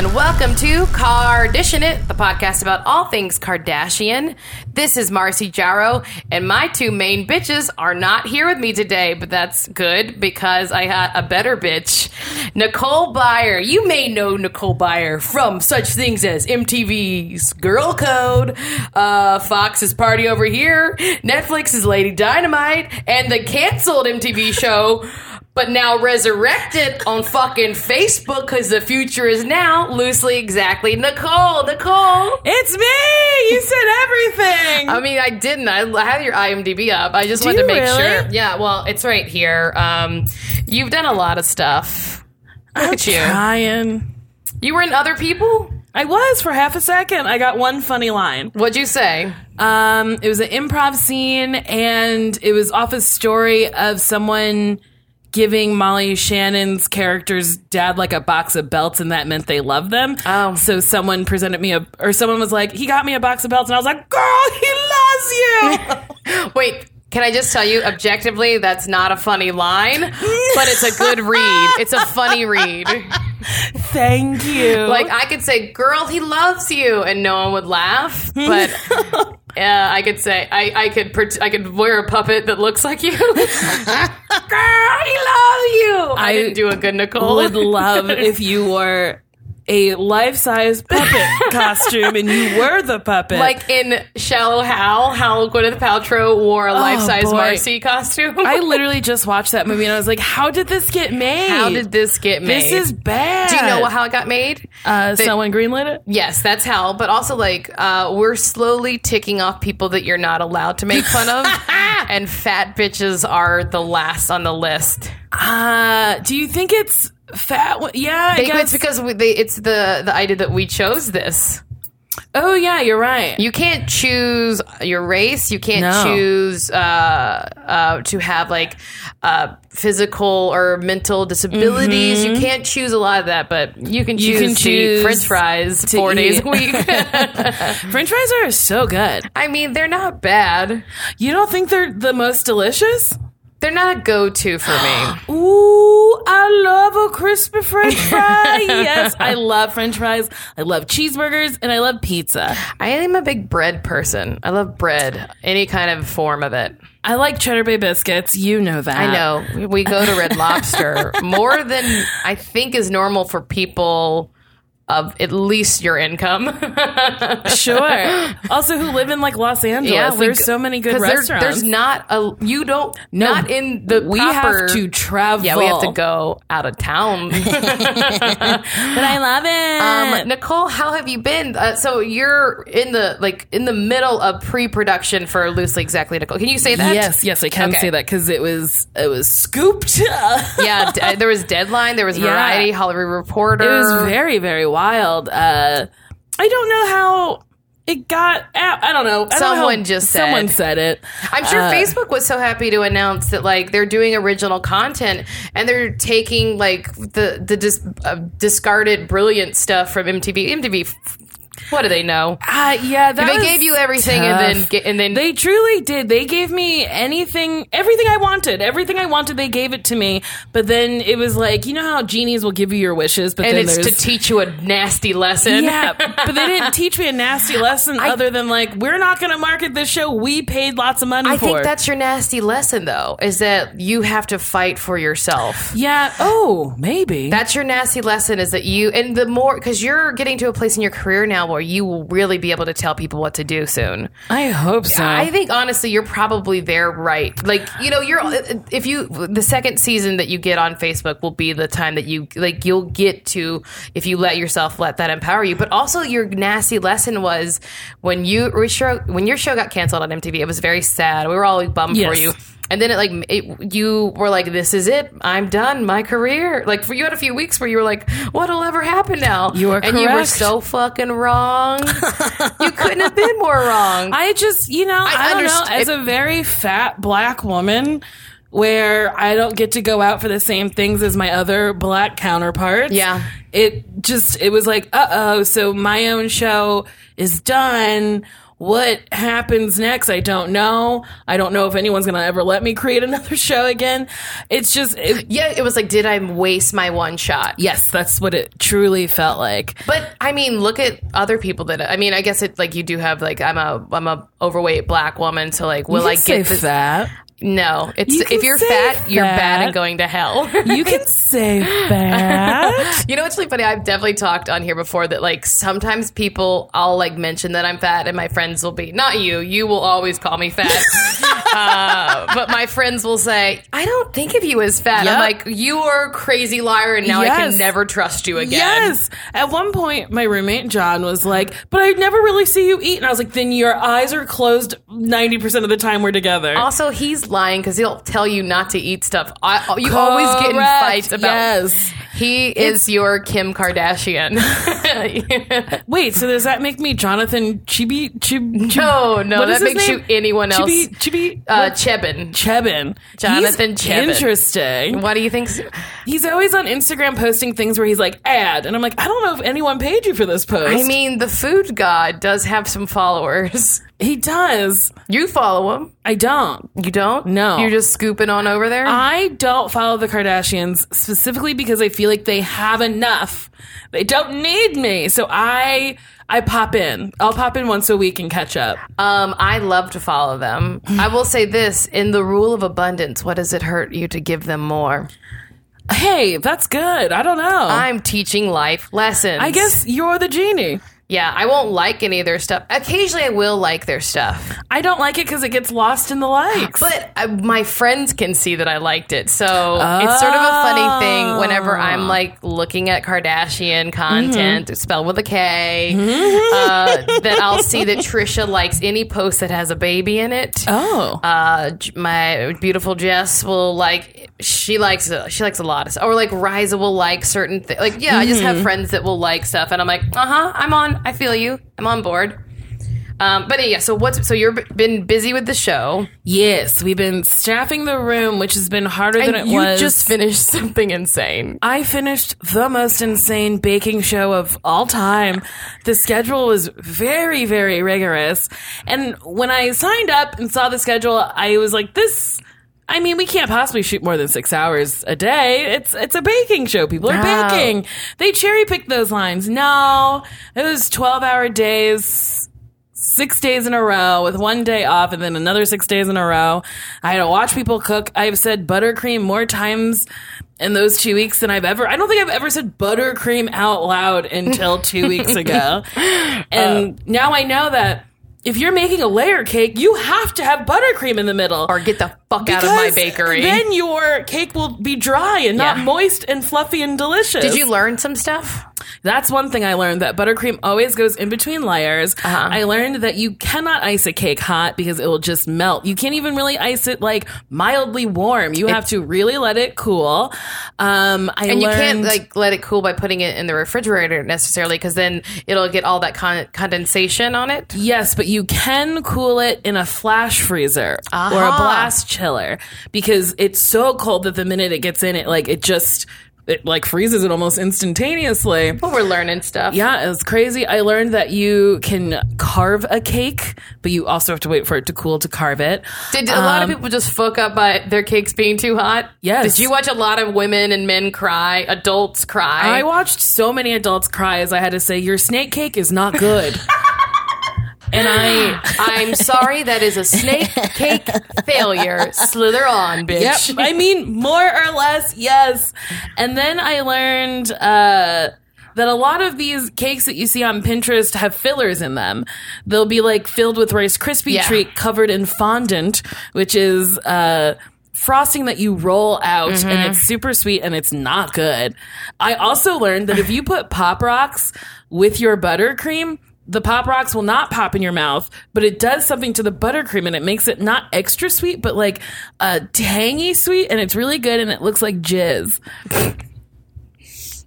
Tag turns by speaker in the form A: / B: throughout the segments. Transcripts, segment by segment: A: to Kardashian It, the podcast about all things Kardashian. This is Marcy Jarrow, and my two main bitches are not here with me today, but that's good because I had a better bitch, Nicole Byer. You may know Nicole Byer from such things as MTV's Girl Code, uh, Fox's Party Over Here, Netflix's Lady Dynamite, and the canceled MTV show but now resurrected on fucking Facebook because the future is now loosely exactly Nicole. Nicole.
B: It's me! You said everything!
A: I mean, I didn't. I, I have your IMDb up. I just wanted to
B: you
A: make
B: really?
A: sure. Yeah, well, it's right here. Um, you've done a lot of stuff. Look at you.
B: Trying.
A: You were in other people.
B: I was for half a second. I got one funny line.
A: What'd you say?
B: Um, it was an improv scene, and it was off a story of someone giving Molly Shannon's character's dad like a box of belts, and that meant they loved them.
A: Oh.
B: So someone presented me a, or someone was like, he got me a box of belts, and I was like, girl, he loves you!
A: Wait. Can I just tell you objectively that's not a funny line, but it's a good read. It's a funny read.
B: Thank you.
A: Like I could say, "Girl, he loves you," and no one would laugh. But yeah, Uh, I could say, I, I could pret- I could wear a puppet that looks like you. Girl, he loves you. I,
B: I
A: didn't do a good Nicole.
B: would love if you were a life-size puppet costume and you were the puppet.
A: like in Shallow Hal, Hal Gwyneth Paltrow wore a life size
B: Oh, boy.
A: Marcy costume.
B: I literally just watched that movie and I was like, how did this get made?
A: how did this get made?
B: This is bad.
A: Do you know how it got made?
B: uh, someone greenlit it?
A: Yes, that's hell. But also, like, uh, we're slowly ticking off people that you're not allowed to make fun of, and fat bitches are the last on the list.
B: Uh, do you think it's fat? Yeah, I
A: They- It's
B: guess.
A: because we, they, it's the the idea that we chose this.
B: oh yeah, you're right.
A: You can't choose your race. You can't
B: No.
A: choose uh, uh, to have like uh, physical or mental disabilities. You can't choose a lot of that, but you can choose,
B: Mm-hmm. You can
A: to eat
B: choose
A: French fries
B: to
A: four days
B: eat-
A: a week.
B: French fries are so good.
A: I mean, they're not bad.
B: You don't think they're the most delicious?
A: They're not a go to for me.
B: Ooh, I love a crispy French fry. yes, I love French fries. I love cheeseburgers and I love pizza.
A: I am a big bread person. I love bread, any kind of form of it.
B: I like Cheddar Bay biscuits. You know that.
A: I know we go to Red Lobster more than I think is normal for people of at least your income.
B: Sure. also, who live in like Los Angeles?
A: we
B: there's
A: go-
B: so many good
A: 'cause there-
B: restaurants.
A: there's not a you don't not in the
B: we
A: proper-
B: have to travel.
A: Yeah, we have to go out of town.
B: But I love it.
A: um, Nicole, how have you been? Uh, so you're in the like in the middle of pre-production for Loosely Exactly Nicole. Can you say that?
B: yes, yes, I can
A: Okay.
B: say that because it was it was scooped.
A: yeah, d- uh, there was Deadline, there was
B: Yeah.
A: Variety, Hollywood Reporter.
B: It was very, very wild. Uh, I don't know how it got out. I don't know. I don't know how-
A: Someone just said.
B: someone said it.
A: I'm sure Facebook was so happy to announce that like they're doing original content and they're taking like the the dis- uh, discarded brilliant stuff from MTV. MTV, f- what do they know?
B: Uh, yeah, that
A: They
B: was
A: gave you everything
B: tough.
A: and then ge- and then
B: They truly did. They gave me anything, everything I wanted. Everything I wanted, they gave it to me. But then it was like, you know how genies will give you your wishes, but
A: and
B: then
A: it's to
B: there's.
A: teach you a nasty lesson.
B: yeah, but they didn't teach me a nasty lesson other than like we're not going to market this show. We paid lots of money
A: I
B: for.
A: think that's your nasty lesson though, is that you have to fight for yourself.
B: yeah. Oh, maybe
A: That's your nasty lesson is that you, and the more, because you're getting to a place in your career now where you will really be able to tell people what to do soon.
B: I hope so.
A: I think honestly, you're probably there, right? Like you know, you're if you the second season that you get on Facebook will be the time that you like you'll get to if you let yourself let that empower you. But also, your nasty lesson was when you when your show- when your show got canceled on MTV. It was very sad. We were all like, bummed for
B: Yes.
A: you. And then it like it, you were like, "This is it. I'm done. My career." Like for you had a few weeks where you were like, "What'll ever happen now?"
B: You are
A: and you were
B: correct.
A: so fucking wrong. you couldn't have been more wrong.
B: I just, you know, I, don't know.
A: underst-
B: As a very fat black woman, where I don't get to go out for the same things as my other black counterparts.
A: Yeah.
B: It just, it was like, uh oh, so my own show is done. What happens next? I don't know. I don't know if anyone's going to ever let me create another show again. It's just, it,
A: Yeah, it was like, did I waste my one shot?
B: yes, that's what it truly felt like.
A: But I mean, look at other people that I mean. I guess it like you do have like I'm a I'm a overweight black woman, so like, will
B: you
A: I
B: can
A: get
B: say
A: this?
B: fat.
A: No, it's
B: You can
A: if you're
B: say
A: fat, you're bad
B: fat.
A: and going to hell.
B: You can say fat.
A: You know what's really funny? I've definitely talked on here before that like sometimes people I'll like mention that I'm fat and my friends will be not you. You will always call me fat, uh, but my friends will say I don't think of you as fat. I'm
B: Yep.
A: like you are a crazy liar, and now I can
B: Yes.
A: never trust you again.
B: Yes. At one point, my roommate John was like, "But I never really see you eat," and I was like, "Then your eyes are closed ninety percent of the time we're together."
A: Also, he's lying because he'll tell you not to eat stuff. I, you always get in
B: Correct.
A: fights about.
B: Yes.
A: He is your Kim Kardashian.
B: Wait, so does that make me Jonathan Chibi? Chib, Chib,
A: no, no,
B: what is
A: that
B: his
A: makes
B: name?
A: you anyone else.
B: Chibi Chibi
A: uh,
B: uh,
A: Chebin.
B: Chebin.
A: Jonathan
B: He's
A: Chebin.
B: Interesting.
A: Why do you think?
B: He's always on Instagram posting things where he's like ad, and I'm like, I don't know if anyone paid you for this post.
A: I mean, the food god does have some followers.
B: he does.
A: You follow him.
B: I don't.
A: You don't?
B: No.
A: You're just scooping on over there?
B: I don't follow the Kardashians specifically because I feel like they have enough. They don't need me. So I I pop in. I'll pop in once a week and catch up.
A: um, I love to follow them. I will say this in the rule of abundance, what does it hurt you to give them more?
B: Hey, that's good. I don't know. I,
A: I'm teaching life lessons.
B: guess you're the genie.
A: Yeah, I won't like any of their stuff. Occasionally, I will like their stuff,
B: I don't like it because it gets lost in the likes.
A: but I, my friends can see that I liked it. So it's sort of a funny thing whenever I'm like looking at Kardashian content, spelled with a K, uh, that I'll see that Trisha likes any post that has a baby in it.
B: oh.
A: Uh, J- my beautiful Jess will like she likes she likes a lot of stuff, or like Riza will like certain things. Like yeah, I just have friends that will like stuff, and I'm like, uh huh, I'm on, I feel you, I'm on board. Um, but yeah, so what's so you've been busy with the show?
B: yes, we've been staffing the room, which has been harder than it
A: you
B: was.
A: just finished something insane.
B: I finished the most insane baking show of all time. The schedule was very, very rigorous. And when I signed up and saw the schedule, I was like, this. I mean, we can't possibly shoot more than six hours a day. It's it's a baking show. People are
A: No.
B: baking. They cherry picked those lines. No, it was twelve hour days, six days in a row with one day off, and then another six days in a row. I had to watch people cook. I've said buttercream more times in those two weeks than I've ever. I don't think I've ever said buttercream out loud until two weeks ago.
A: Uh,
B: And now I know that if you're making a layer cake, you have to have buttercream in the middle.
A: Or get the fuck out of my
B: Because
A: bakery.
B: Then your cake will be dry and not
A: Yeah.
B: moist and fluffy and delicious.
A: Did you learn some stuff?
B: That's one thing I learned that buttercream always goes in between layers.
A: Uh-huh.
B: I learned that you cannot ice a cake hot because it will just melt. You can't even really ice it like mildly warm. You have to really let it cool. Um, I
A: And you
B: learned,
A: can't like let it cool by putting it in the refrigerator necessarily, because then it'll get all that con- condensation on it.
B: Yes, but you can cool it in a flash freezer or a
A: Aha.
B: blast chiller because it's so cold that the minute it gets in, it like it just it like freezes it almost instantaneously.
A: But we're learning stuff.
B: Yeah, it's crazy. I learned that you can carve a cake, but you also have to wait for it to cool to carve it.
A: Did a lot of people just fuck up by their cakes being too hot?
B: Um, Yes.
A: Did you watch a lot of women and men cry, adults cry?
B: I watched so many adults cry as I had to say, "Your snake cake is not good." and I
A: I'm sorry, that is a snake cake failure. Slither on, bitch.
B: Yep. I mean, more or less, yes. And then I learned uh, that a lot of these cakes that you see on Pinterest have fillers in them. They'll be like filled with Rice Krispie
A: Yeah.
B: treat covered in fondant, which is uh, frosting that you roll out, and it's super sweet and it's not good. I also learned that if you put Pop Rocks with your buttercream, the pop rocks will not pop in your mouth, but it does something to the buttercream and it makes it not extra sweet, but like a tangy sweet, and it's really good and it looks like jizz.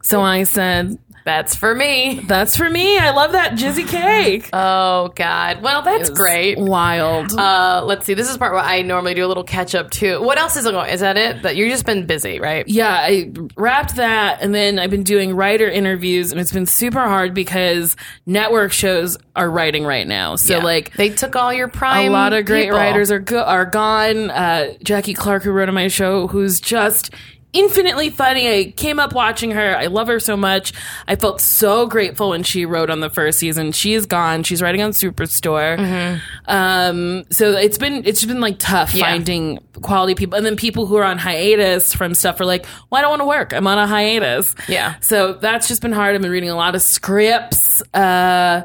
B: So I said,
A: That's for me.
B: That's for me. I love that jizzy cake.
A: Oh God. Well, that's great.
B: Wild.
A: Uh, let's see. This is part where I normally do a little catch up too. What else is going? Is that it? That you've just been busy, right?
B: yeah, I wrapped that and then I've been doing writer interviews and it's been super hard because network shows are writing right now. So
A: Yeah.
B: like
A: they took all your prime.
B: a lot of great
A: people.
B: writers are go- are gone. Uh, Jackie Clark, who wrote on my show, who's just infinitely funny. I came up watching her. I love her so much. I felt so grateful when she wrote on the first season. She is gone. She's writing on Superstore.
A: Mm-hmm.
B: Um, so it's been it's been like tough finding quality people, and then people who are on hiatus from stuff are like, "Well, I don't want to work. I'm on a hiatus."
A: Yeah.
B: So that's just been hard. I've been reading a lot of scripts. Uh,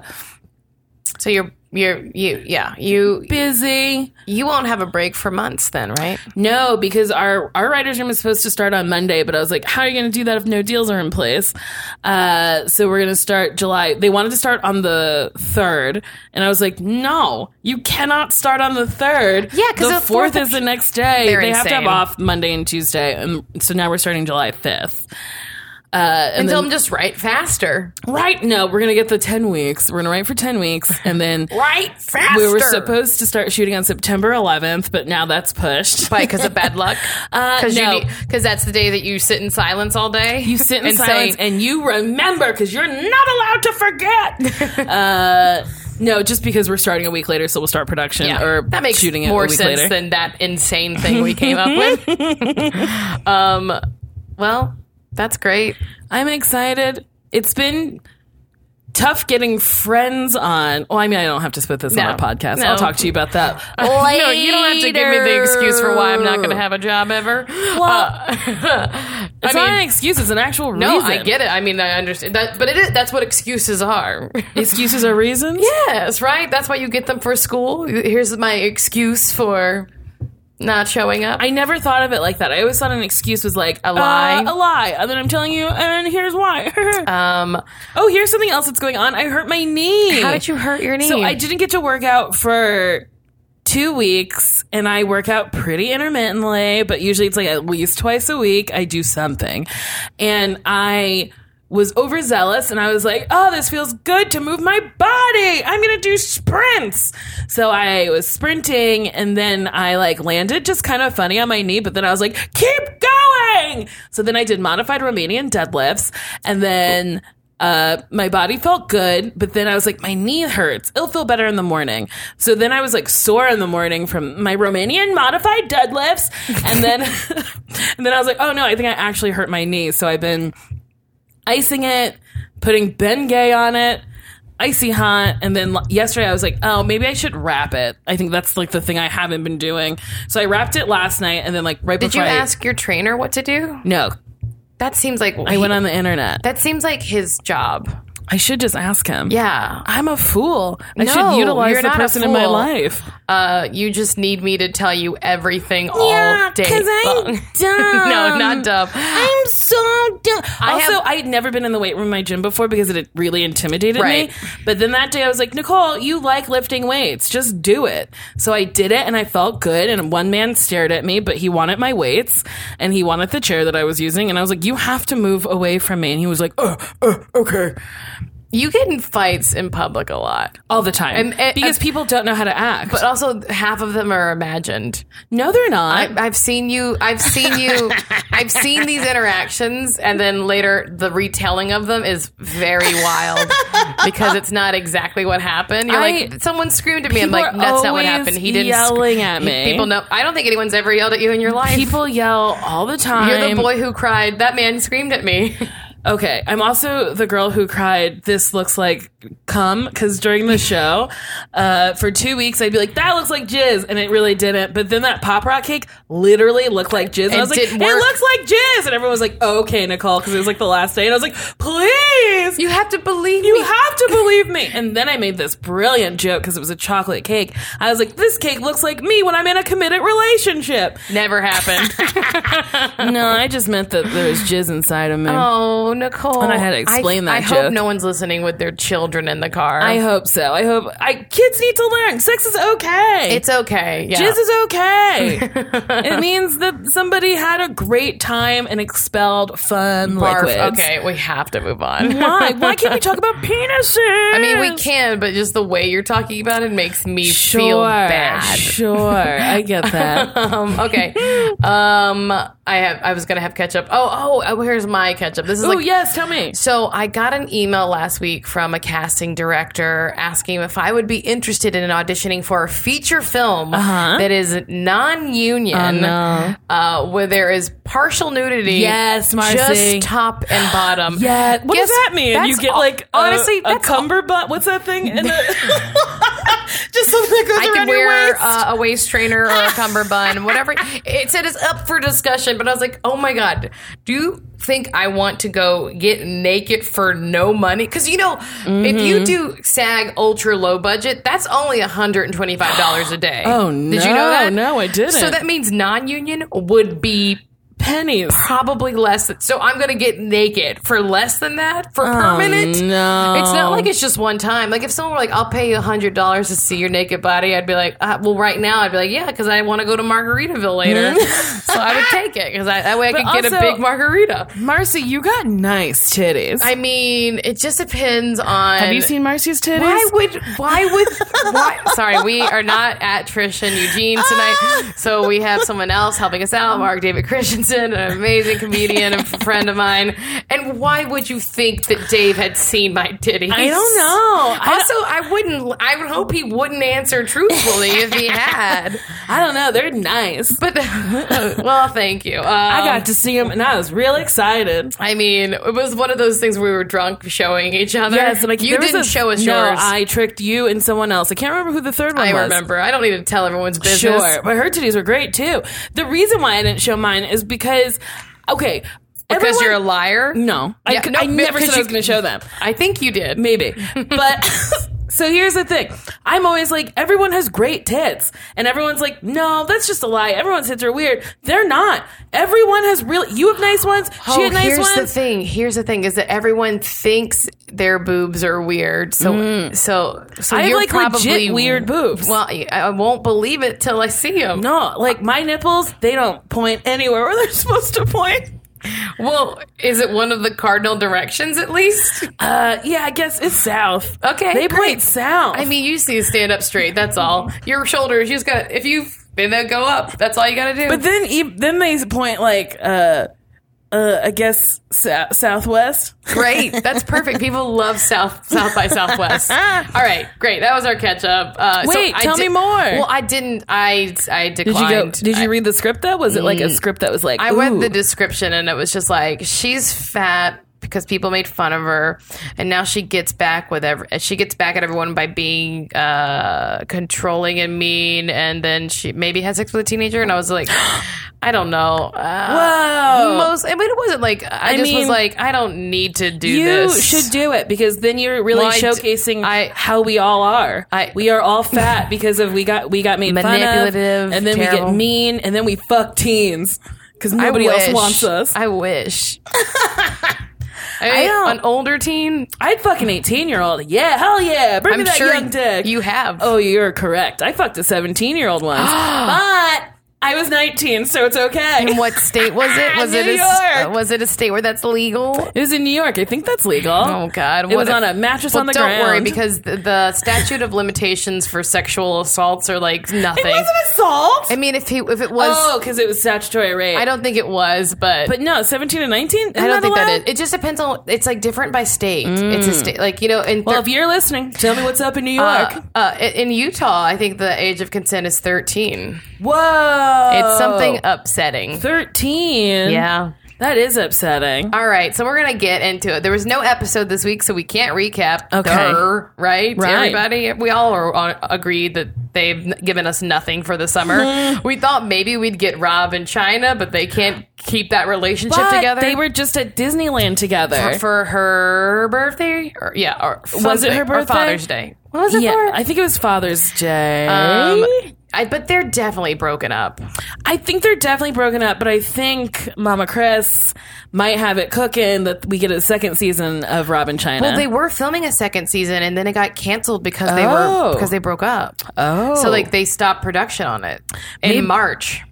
A: So you're you're you yeah you
B: busy.
A: you won't have a break for months then, right?
B: No, because our our writers room is supposed to start on Monday, but I was like, how are you going to do that if no deals are in place? Uh, so we're going to start July. They wanted to start on the third, and I was like, no, you cannot start on the third.
A: Yeah, 'cause
B: the
A: the
B: fourth
A: fourth-
B: is the next day.
A: They're
B: They have to have
A: insane.
B: off Monday and Tuesday, and so now we're starting July fifth. Uh, and
A: And
B: then,
A: tell them just write faster.
B: right? No, we're gonna get the ten weeks. We're gonna write for ten weeks, and then
A: Write faster.
B: we were supposed to start shooting on September 11th, but now that's pushed.
A: because of bad luck. Because
B: no.
A: Uh, that's the day that you sit in silence all day.
B: You sit in
A: and say,
B: silence and you remember because you're not allowed to forget. uh, no, just because we're starting a week later, so we'll start production
A: Yeah,
B: or
A: that makes
B: shooting it
A: more
B: a week
A: sense
B: later.
A: than that insane thing we came up with. um, well, that's great.
B: I'm excited. It's been tough getting friends on. Oh, I mean, I don't have to spit this
A: No.
B: on a podcast.
A: No.
B: I'll talk to you about that.
A: No, you don't have to give me the excuse for why I'm not going to have a job ever.
B: It's
A: I
B: not
A: mean-
B: an excuse. It's an actual reason.
A: No, I get it. I mean, I understand that, but it is, that's what excuses are.
B: Excuses are reasons. Yeah.
A: yes, right. That's why you get them for school. Here's my excuse for not showing up.
B: I never thought of it like that. I always thought an excuse was like a
A: lie.
B: Uh, a lie, and then I'm telling you, and here's why.
A: um,
B: oh, here's something else that's going on. I hurt my knee.
A: how did you hurt your knee?
B: So I didn't get to work out for two weeks, and I work out pretty intermittently, but usually it's like at least twice a week. I do something, and I was overzealous and I was like, oh, this feels good to move my body. I'm going to do sprints. So I was sprinting and then I like landed just kind of funny on my knee, but then I was like, keep going. So then I did modified Romanian deadlifts and then uh, my body felt good, but then I was like, my knee hurts. It'll feel better in the morning. So then I was like sore in the morning from my Romanian modified deadlifts. And then, and then I was like, oh no, I think I actually hurt my knee. So I've been icing it, putting Ben Gay on it, icy hot. And then l- yesterday I was like, oh, maybe I should wrap it. I think that's like the thing I haven't been doing. So I wrapped it last night and then like right
A: Did you
B: before I,
A: ask your trainer what to do?
B: no,
A: That seems like
B: I went on the internet.
A: That seems like his job.
B: I should just ask him.
A: Yeah.
B: I'm a fool. I
A: No,
B: should utilize
A: you're
B: the
A: not a
B: person in my
A: fool.
B: life.
A: Uh, you just need me to tell you everything all day. long.
B: dumb.
A: no, not dumb.
B: I'm so dumb. also,
A: have-
B: I had never been in the weight room in my gym before because it really intimidated
A: Right.
B: me. But then that day, I was like, Nicole, you like lifting weights. Just do it. So I did it and I felt good. And one man stared at me, but he wanted my weights and he wanted the chair that I was using. And I was like, you have to move away from me. And he was like, oh, uh, okay.
A: You get in fights in public a lot,
B: All the time.
A: And- and-
B: because people don't know how to act.
A: but also half of them are imagined.
B: no, they're not.
A: I, I've seen you. I've seen you. I've seen these interactions, and then later the retelling of them is very wild because it's not exactly what happened. You're
B: I-
A: like, someone screamed at me. I'm
B: People
A: like,
B: are
A: that's not what
B: always
A: happened. He didn't. sc-
B: yelling at
A: he-
B: me.
A: People know. I don't think anyone's ever yelled at you in your life.
B: People yell all the time.
A: You're the boy who cried. That man screamed at me.
B: Okay, I'm also the girl who cried. This looks like cum because during the show, uh, for two weeks I'd be like, "That looks like jizz," and it really didn't. But then that pop rock cake literally looked like jizz. And I
A: It
B: was like,
A: didn't
B: "It
A: work.
B: looks like jizz," and everyone was like, "Okay, Nicole," because it was like the last day, and I was like, "Please,
A: You have to believe
B: you
A: me.
B: have to believe me. And then I made this brilliant joke because it was a chocolate cake. I was like, this cake looks like me when I'm in a committed relationship.
A: Never happened.
B: No, I just meant that there was jizz inside of me.
A: oh Nicole.
B: And I had to explain
A: I,
B: that
A: I
B: joke.
A: hope no one's listening with their children in the car.
B: I hope so. I hope I kids need to learn sex is okay.
A: it's okay. Yeah.
B: Jizz is okay. it means that somebody had a great time and expelled fun
A: Barf.
B: liquids.
A: Okay, we have to move on.
B: Why? Why can't we talk about penises?
A: I mean, we can, but just the way you're talking about it makes me
B: Sure.
A: feel bad.
B: Sure. I get that.
A: Um, okay. Um, I have. I was gonna have ketchup. Oh, oh. Here's my ketchup. This is
B: oh,
A: like
B: yes. Tell me.
A: So I got an email last week from a casting director asking if I would be interested in auditioning for a feature film that is non-union,
B: Uh-huh. Oh, no.
A: uh, where there is partial nudity,
B: Yes, Marcy.
A: just top and bottom.
B: Yeah. What
A: Guess-
B: does that mean? You
A: that's
B: get
A: all-
B: like a-
A: honestly,
B: a,
A: that's all-
B: cummerbund. What's that thing? And a- just something that goes
A: I
B: around
A: could
B: your
A: wear
B: waist.
A: uh, a waist trainer or a cummerbund, whatever. It said it's up for discussion, but I was like, oh my God, do you think I want to go get naked for no money? Because, you know, if
B: Mm-hmm.
A: you do SAG ultra low budget, that's only $125 a day.
B: Oh,
A: Did you know
B: no,
A: that?
B: no, I didn't.
A: So that means non union would be
B: pennies.
A: probably less. Than, so I'm going to get naked for less than that for permanent.
B: no.
A: it's not like it's just one time. Like if someone were like, "I'll pay you hundred dollars to see your naked body," I'd be like, uh, "Well, right now, I'd be like, yeah, because I want to go to Margaritaville later, so I would take it because that way I could get a
B: also-
A: big margarita."
B: Marcy, you got nice titties.
A: I mean, it just depends on.
B: Have you seen Marcy's titties?
A: Why would why would why, sorry we are not at Trish and Eugene
B: Ah.
A: tonight so we have someone else helping us
B: Um,
A: out Mark David Christensen an amazing comedian and friend of mine and why would you think that Dave had seen my titties
B: I don't know. I
A: also I wouldn't I would hope he wouldn't answer truthfully if he had
B: I don't know. They're nice.
A: but well thank you um,
B: I got to see them, and I was real excited.
A: I mean it was one of those things where we were drunk showing each other
B: Yes, and like
A: you didn't show us
B: No,
A: yours
B: I tricked you and someone else. I can't remember who the third one
A: I
B: was.
A: remember. I don't need to tell everyone's business.
B: Sure, but her titties were great too. The reason why I didn't show mine is because, okay,
A: Because
B: everyone-
A: you're a liar?
B: No, I,
A: Yeah,
B: could
A: no,
B: I never
A: because
B: said I
A: you-
B: was going to show them.
A: I think you did.
B: Maybe. But so here's the thing. I'm always like, everyone has great tits. And everyone's like, no, that's just a lie. Everyone's tits are weird. They're not. Everyone has real you have nice ones. she
A: Oh,
B: had nice
A: here's the
B: ones.
A: thing. Here's the thing is that everyone thinks their boobs are weird. So, so, so
B: Mm. I have
A: you're
B: like
A: probably
B: legit weird boobs.
A: Well, I I won't believe it till I see them.
B: no, like my nipples, they don't point anywhere where they're supposed to point.
A: Well, is it one of the cardinal directions at least?
B: Uh, yeah, I guess it's south.
A: Okay,
B: they
A: great.
B: point south.
A: I mean, you see, stand up straight. That's all. Your shoulders. You just got. If you then they'll go up. That's all you got to do.
B: but then e- then they point like, uh, uh, I guess sou- southwest.
A: Great. That's perfect. People love South South by Southwest. All right, great. That was our catch up. Uh,
B: Wait,
A: I
B: tell me more.
A: Well, I didn't. I I
B: Did you go?
A: declined.
B: Did you read the script though? Was it like a script that was like?
A: I read
B: ooh.
A: the description and it was just like she's fat because people made fun of her and now she gets back with every she gets back at everyone by being uh controlling and mean and then she maybe had sex with a teenager and I was like I don't know. Uh,
B: Whoa.
A: most I mean it wasn't like I, just was
B: mean,
A: like I don't need to do
B: you
A: this.
B: should do it because then you're really
A: Well, I d-
B: showcasing
A: I-
B: how we all are.
A: I-
B: we are all fat because of we got we got made fun
A: Manipulative,
B: of, and then
A: terrible.
B: we get mean, and then we fuck teens because
A: I
B: nobody else
A: wish.
B: wants us. I,
A: I wish. I mean,
B: don't-
A: an older teen.
B: would fuck an eighteen year old. Yeah, hell yeah, bring me
A: I'm
B: that
A: sure
B: young dick.
A: you have.
B: oh, you're correct. I fucked a seventeen year old once, but I was nineteen, so it's okay.
A: In what state was it? Was it
B: New
A: a, s-
B: York.
A: was it a state where that's legal?
B: It was in New York. I think that's legal.
A: Oh God!
B: It
A: what
B: was
A: if-
B: on a mattress
A: Well,
B: on the
A: don't
B: ground.
A: worry, because the, the statute of limitations for sexual assaults are like nothing.
B: it wasn't assault.
A: I mean, if he if it was,
B: oh, because it was statutory rape.
A: I don't think it was, but.
B: But no, seventeen and nineteen.
A: I don't think that is. It just depends on. It's like different by state. It's a state, like you know. And
B: Mm. Well,
A: thir-
B: if you're listening, tell me what's up in New York.
A: uh, uh, in in Utah, I think the age of consent is thirteen.
B: Whoa,
A: It's something upsetting.
B: Thirteen.
A: Oh. Yeah.
B: that is upsetting.
A: All right, so we're gonna get into it. There was no episode this week, so we can't recap.
B: Okay.
A: Durr, right?
B: Right.
A: Everybody, we all are on, agreed that they've n- given us nothing for the summer. we thought maybe we'd get Rob and China, but they can't keep that relationship
B: But
A: together.
B: They were just at Disneyland together.
A: for, for her birthday, or yeah, or
B: Was it
A: something,
B: her
A: Or
B: birthday?
A: Father's Day? What was it
B: yeah,
A: for?
B: I think it was Father's Day.
A: Um, I, but they're definitely broken up.
B: I think they're definitely broken up, but I think Mama Chris might have it cooking that we get a second season of Robin China.
A: Well, they were filming a second season, and then it got canceled because they
B: Oh.
A: were because they broke up.
B: oh,
A: So like they stopped production on it in March.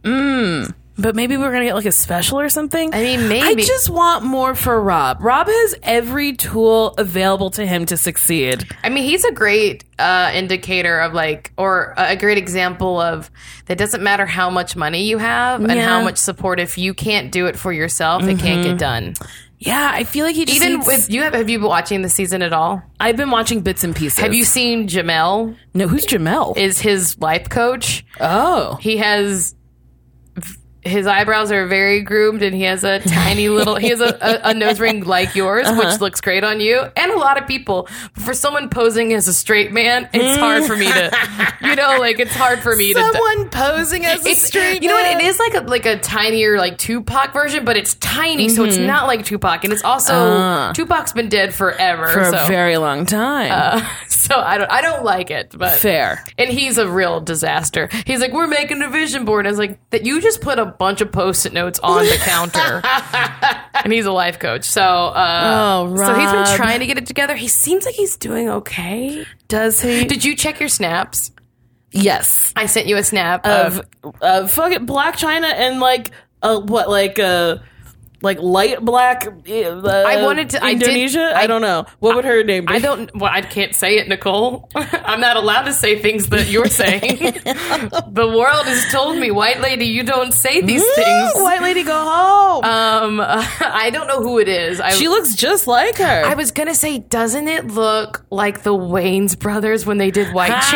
B: but maybe we're gonna get like a special or something.
A: I mean, maybe.
B: I just want more for Rob. Rob has every tool available to him to succeed.
A: I mean, he's a great uh, indicator of like, or a a great example of that doesn't matter how much money you have and
B: Yeah. Mm-hmm.
A: how much support. If you can't do it for yourself, it can't get done.
B: Yeah, I feel like he just
A: Even
B: needs-
A: with you have have you been watching the season at all?
B: I've been watching bits and pieces.
A: Have you seen Jamel?
B: No, who's Jamel?
A: Is his life coach?
B: oh,
A: He has his eyebrows are very groomed, and he has a tiny little. He has a, a, a nose ring like yours,
B: Uh-huh.
A: which looks great on you, and a lot of people. For someone posing as a straight man, it's hard for me to, you know, like it's hard for me to.
B: someone posing as Mm. a
A: It's-
B: straight.
A: you know what?
B: man.
A: It is like a like a tinier like Tupac version, but it's tiny, so
B: Mm-hmm.
A: it's not like Tupac, and it's also Tupac's been dead forever.
B: Uh. for
A: so. Uh,
B: a very long time.
A: so I don't I don't like it, but
B: Fair.
A: And he's a real disaster. He's like, we're making a vision board. I was like, that you just put a bunch of post-it notes on the counter, and he's a life coach. So, uh,
B: Oh,
A: so he's
B: Rob.
A: been trying to get it together. He seems like he's doing okay.
B: Does he?
A: Did you check your snaps?
B: yes.
A: I sent you a snap of,
B: Of of fuck it, Black China and like uh, what like uh like light black. Uh, I
A: wanted to- I did-
B: Indonesia. I,
A: I-
B: don't know what would her name be.
A: I don't. Well, I can't say it, Nicole. I'm not allowed to say things that you're saying. the world has told me, white lady, you don't say these things.
B: Ooh, Mm, White lady, go home.
A: Um, I don't know who it is. I,
B: she looks just like her.
A: I was gonna say, doesn't it look like the Wayne's brothers when they did White
B: Ah,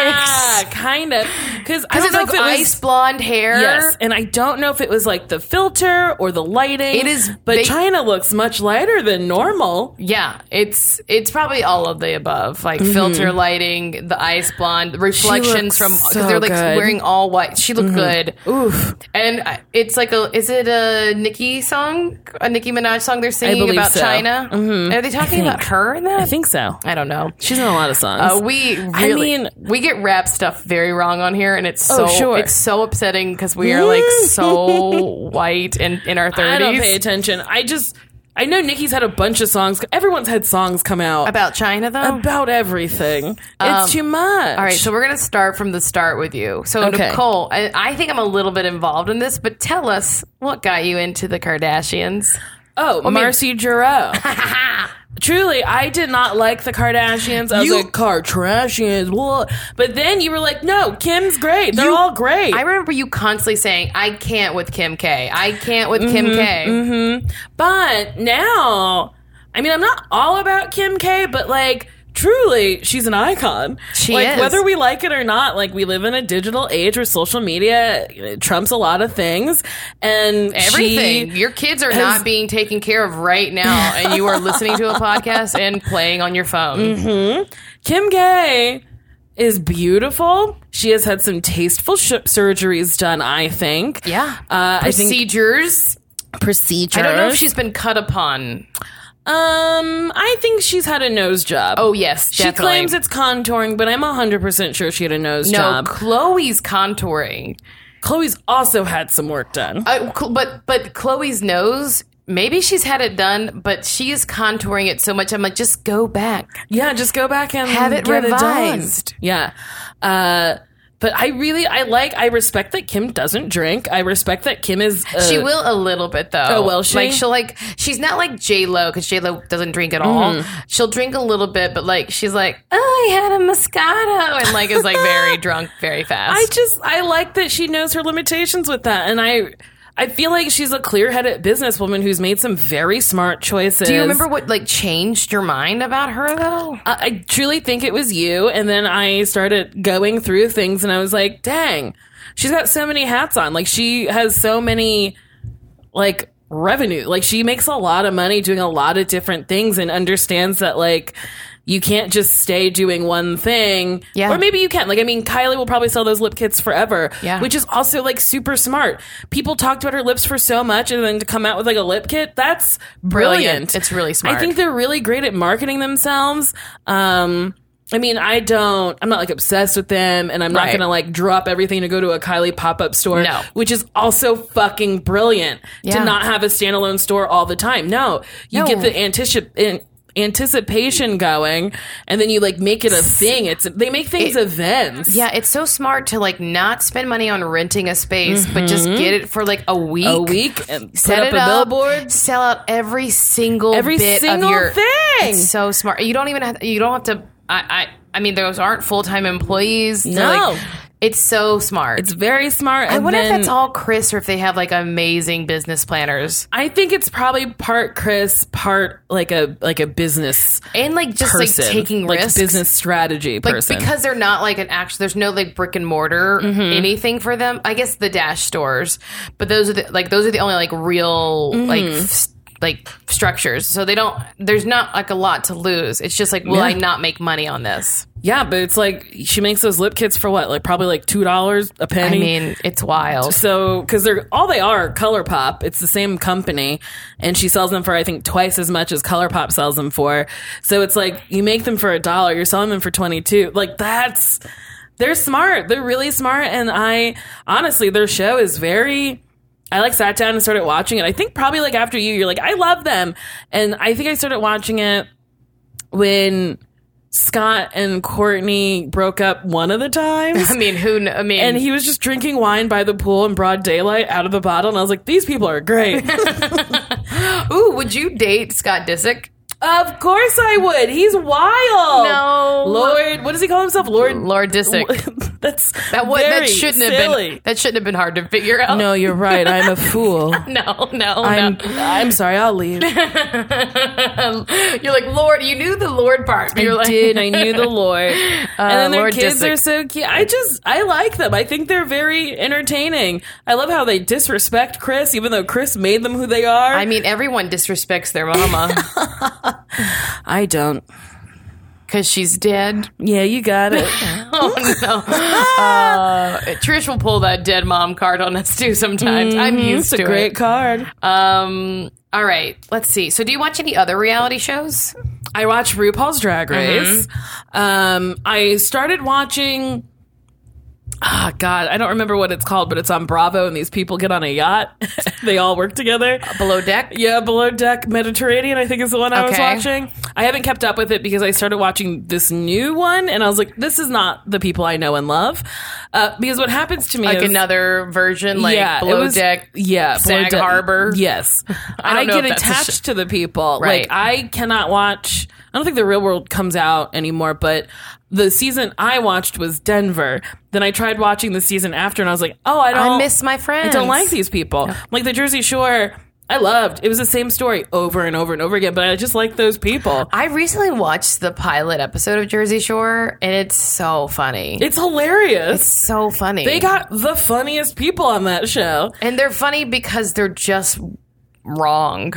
A: Chicks?
B: kind of because I
A: Because
B: don't
A: it's
B: know
A: like
B: if it was-
A: ice blonde hair.
B: Yes, and I don't know if it was like the filter or the lighting.
A: It is
B: but
A: ba-
B: China looks much lighter than normal.
A: Yeah, it's it's probably all of the above, like filter lighting, the ice blonde, reflections
B: Mm-hmm. looks
A: from because
B: so
A: they're like
B: good. Mm-hmm.
A: wearing all white. She looked good,
B: Oof,
A: and I- it's like a is it a Nicki song, a Nicki Minaj song they're singing
B: believe
A: about
B: so.
A: China? Are they talking about her in that?
B: I think so.
A: I don't know.
B: She's in a lot of
A: Uh,
B: songs.
A: we really,
B: I mean-
A: we get rap stuff very wrong on here, and it's so
B: Oh, sure.
A: it's so upsetting because we are like so white and in our
B: I don't pay
A: thirties.
B: attention. I just I know Nikki's had a bunch of songs. Everyone's had songs come out about,
A: About China, though.
B: everything. it's too much.
A: Um, all right, so we're gonna start from the start with you. So
B: Okay.
A: Nicole, I, I think I'm a little bit involved in this, but tell us what got you into the Kardashians.
B: oh, Marcy Giroux. Truly, I did not like the Kardashians. I was
A: You-
B: like, Kardashians, what? But then you were like, no, Kim's great. They're
A: You-
B: all great.
A: I remember you constantly saying, "I can't with Kim K. I can't with Kim
B: Mm-hmm,
A: K."
B: But now, I mean, I'm not all about Kim K, but like, truly, she's an icon.
A: She
B: like,
A: is.
B: Whether we like it or not, like, we live in a digital age where social media you know, trumps a lot of things, and she-
A: Everything. your kids are not being taken care of right now, and you are listening to a podcast and playing on your phone.
B: Mm-hmm. Kim K is beautiful. She has had some tasteful sh- surgeries done. I think.
A: Yeah.
B: Uh, I think
A: Procedures.
B: procedure.
A: I don't know if she's been cut upon.
B: Um, I think she's had a nose job.
A: Oh, yes.
B: She
A: definitely.
B: claims it's contouring, but I'm 100% sure she had a nose
A: No,
B: job.
A: Chloe's contouring.
B: Chloe's also had some work done.
A: I, Cl- but but Chloe's nose, maybe she's had it done, but she is contouring it so much. I'm like, just go back.
B: yeah, just go back and
A: Have it
B: get
A: revised.
B: It done. Yeah. Uh, but I really, I like, I respect that Kim doesn't drink. I respect that Kim is. Uh,
A: She will a little bit though.
B: Oh, will she?
A: Like she'll like she's not like J Lo because J Lo doesn't drink at all. She'll drink a little bit, but like she's like, oh, I had a Moscato, and like is like very drunk very fast.
B: I just, I like that she knows her limitations with that, and I. I feel like she's a clear-headed businesswoman who's made some very smart choices.
A: Do you remember what like changed your mind about her though?
B: I, I truly think it was you. And then I started going through things and I was like, dang, she's got so many hats on. Like, she has so many, like, revenue. Like, she makes a lot of money doing a lot of different things and understands that, like, you can't just stay doing one thing.
A: Yeah.
B: Or maybe you can. Like, I mean, Kylie will probably sell those lip kits forever.
A: Yeah.
B: Which is also like super smart. People talked about her lips for so much and then to come out with like a lip kit, that's brilliant.
A: Brilliant. It's really smart.
B: I think they're really great at marketing themselves. Um, I mean, I don't, I'm not like obsessed with them and I'm not
A: Right.
B: going to like drop everything to go to a Kylie pop up store,
A: No.
B: which is also fucking brilliant
A: Yeah.
B: to not have a standalone store all the time. No, you
A: No.
B: get the anticip- an- anticipation going and then you like make it a thing. It's, they make things events.
A: Yeah, it's so smart to like not spend money on renting a space, but just get it for like a week.
B: Mm-hmm. A week and
A: Set
B: set
A: it
B: up a
A: up,
B: billboard.
A: sell out every single
B: Every
A: bit
B: single
A: of your
B: thing.
A: It's so smart. You don't even have you don't have to. I I, I mean, those aren't full time employees. They're,
B: No.
A: like- it's so smart.
B: It's very smart.
A: I
B: and
A: wonder if
B: then-
A: that's all Chris or if they have like amazing business planners
B: I think it's probably part Chris, part like a like a business
A: and like just
B: person,
A: like taking
B: like
A: risks.
B: business strategy
A: like
B: person. Mm-hmm.
A: because they're not like an actual there's no like brick and mortar anything for them i guess the dash stores but those are the like those are the only like real
B: Mm-hmm.
A: like f- like structures so they don't there's not like a lot to lose it's just like will i
B: Yeah.
A: not make money on this
B: yeah, but it's like she makes those lip kits for what, like probably like two dollars a
A: i
B: penny.
A: mean it's wild
B: so because they're all they are ColourPop. It's the same company, and she sells them for I think twice as much as ColourPop sells them for. So it's like you make them for a dollar, you're selling them for twenty two. Like that's they're smart. They're really smart, and I honestly their show is very. I like sat down and started watching it. I think probably like after you, you're like I love them, and I think I started watching it when. Scott and Courtney broke up one of the times.
A: i mean who kn- i mean
B: And he was just drinking wine by the pool in broad daylight out of the bottle. And I was like, these people are great.
A: ooh would you date scott disick
B: of course I would. He's wild.
A: No.
B: Lord, what does he call himself? Lord.
A: lord disick
B: That's
A: that would that
B: very
A: shouldn't
B: silly.
A: have been that shouldn't have been hard to figure out
B: No, you're right. I'm a fool.
A: no no
B: I'm,
A: no
B: I'm sorry. I'll leave.
A: you're like lord you knew the lord part but you're
B: I
A: like
B: did. I knew the Lord. and then their
A: Lord
B: kids
A: Disick.
B: are so cute. I just, I like them. I think they're very entertaining. I love how they disrespect Chris, even though Chris made them who they are.
A: I mean, everyone disrespects their mama
B: I don't.
A: because she's dead. Oh,
B: Yeah, you got it.
A: Uh, Trish will pull that dead mom card on us too sometimes. I'm used
B: It's Mm, a
A: to
B: great card.
A: it. Um, all right, let's see. So, do you watch any other reality shows?
B: I watch RuPaul's Drag Race. Um, I started watching. Ah, God, I don't remember what it's called, but it's on Bravo, and these people get on a yacht. they all work together.
A: Below Deck?
B: Yeah, Below Deck Mediterranean, I think is the one I was
A: Okay.
B: watching. I haven't kept up with it because I started watching this new one, and I was like, this is not the people I know and love. Uh, because what happens to me
A: Like
B: is.
A: another version, like
B: yeah, it
A: Below
B: was-
A: Deck?
B: yeah, Below
A: Sag Harbor.
B: Yes,
A: don't
B: I,
A: know
B: get
A: if that's a
B: attached to the people.
A: Right.
B: Like I cannot watch. I don't think the real world comes out anymore, but the season I watched was Denver. Then I tried watching the season after, and I was like, oh, I don't
A: I miss my friends.
B: I don't like these people. Like the Jersey Shore. I loved. It was the same story over and over and over again, but I just like those people.
A: I recently watched the pilot episode of Jersey Shore, and it's so funny.
B: It's hilarious.
A: It's so funny.
B: they got the funniest people on that show.
A: and they're funny because they're just wrong.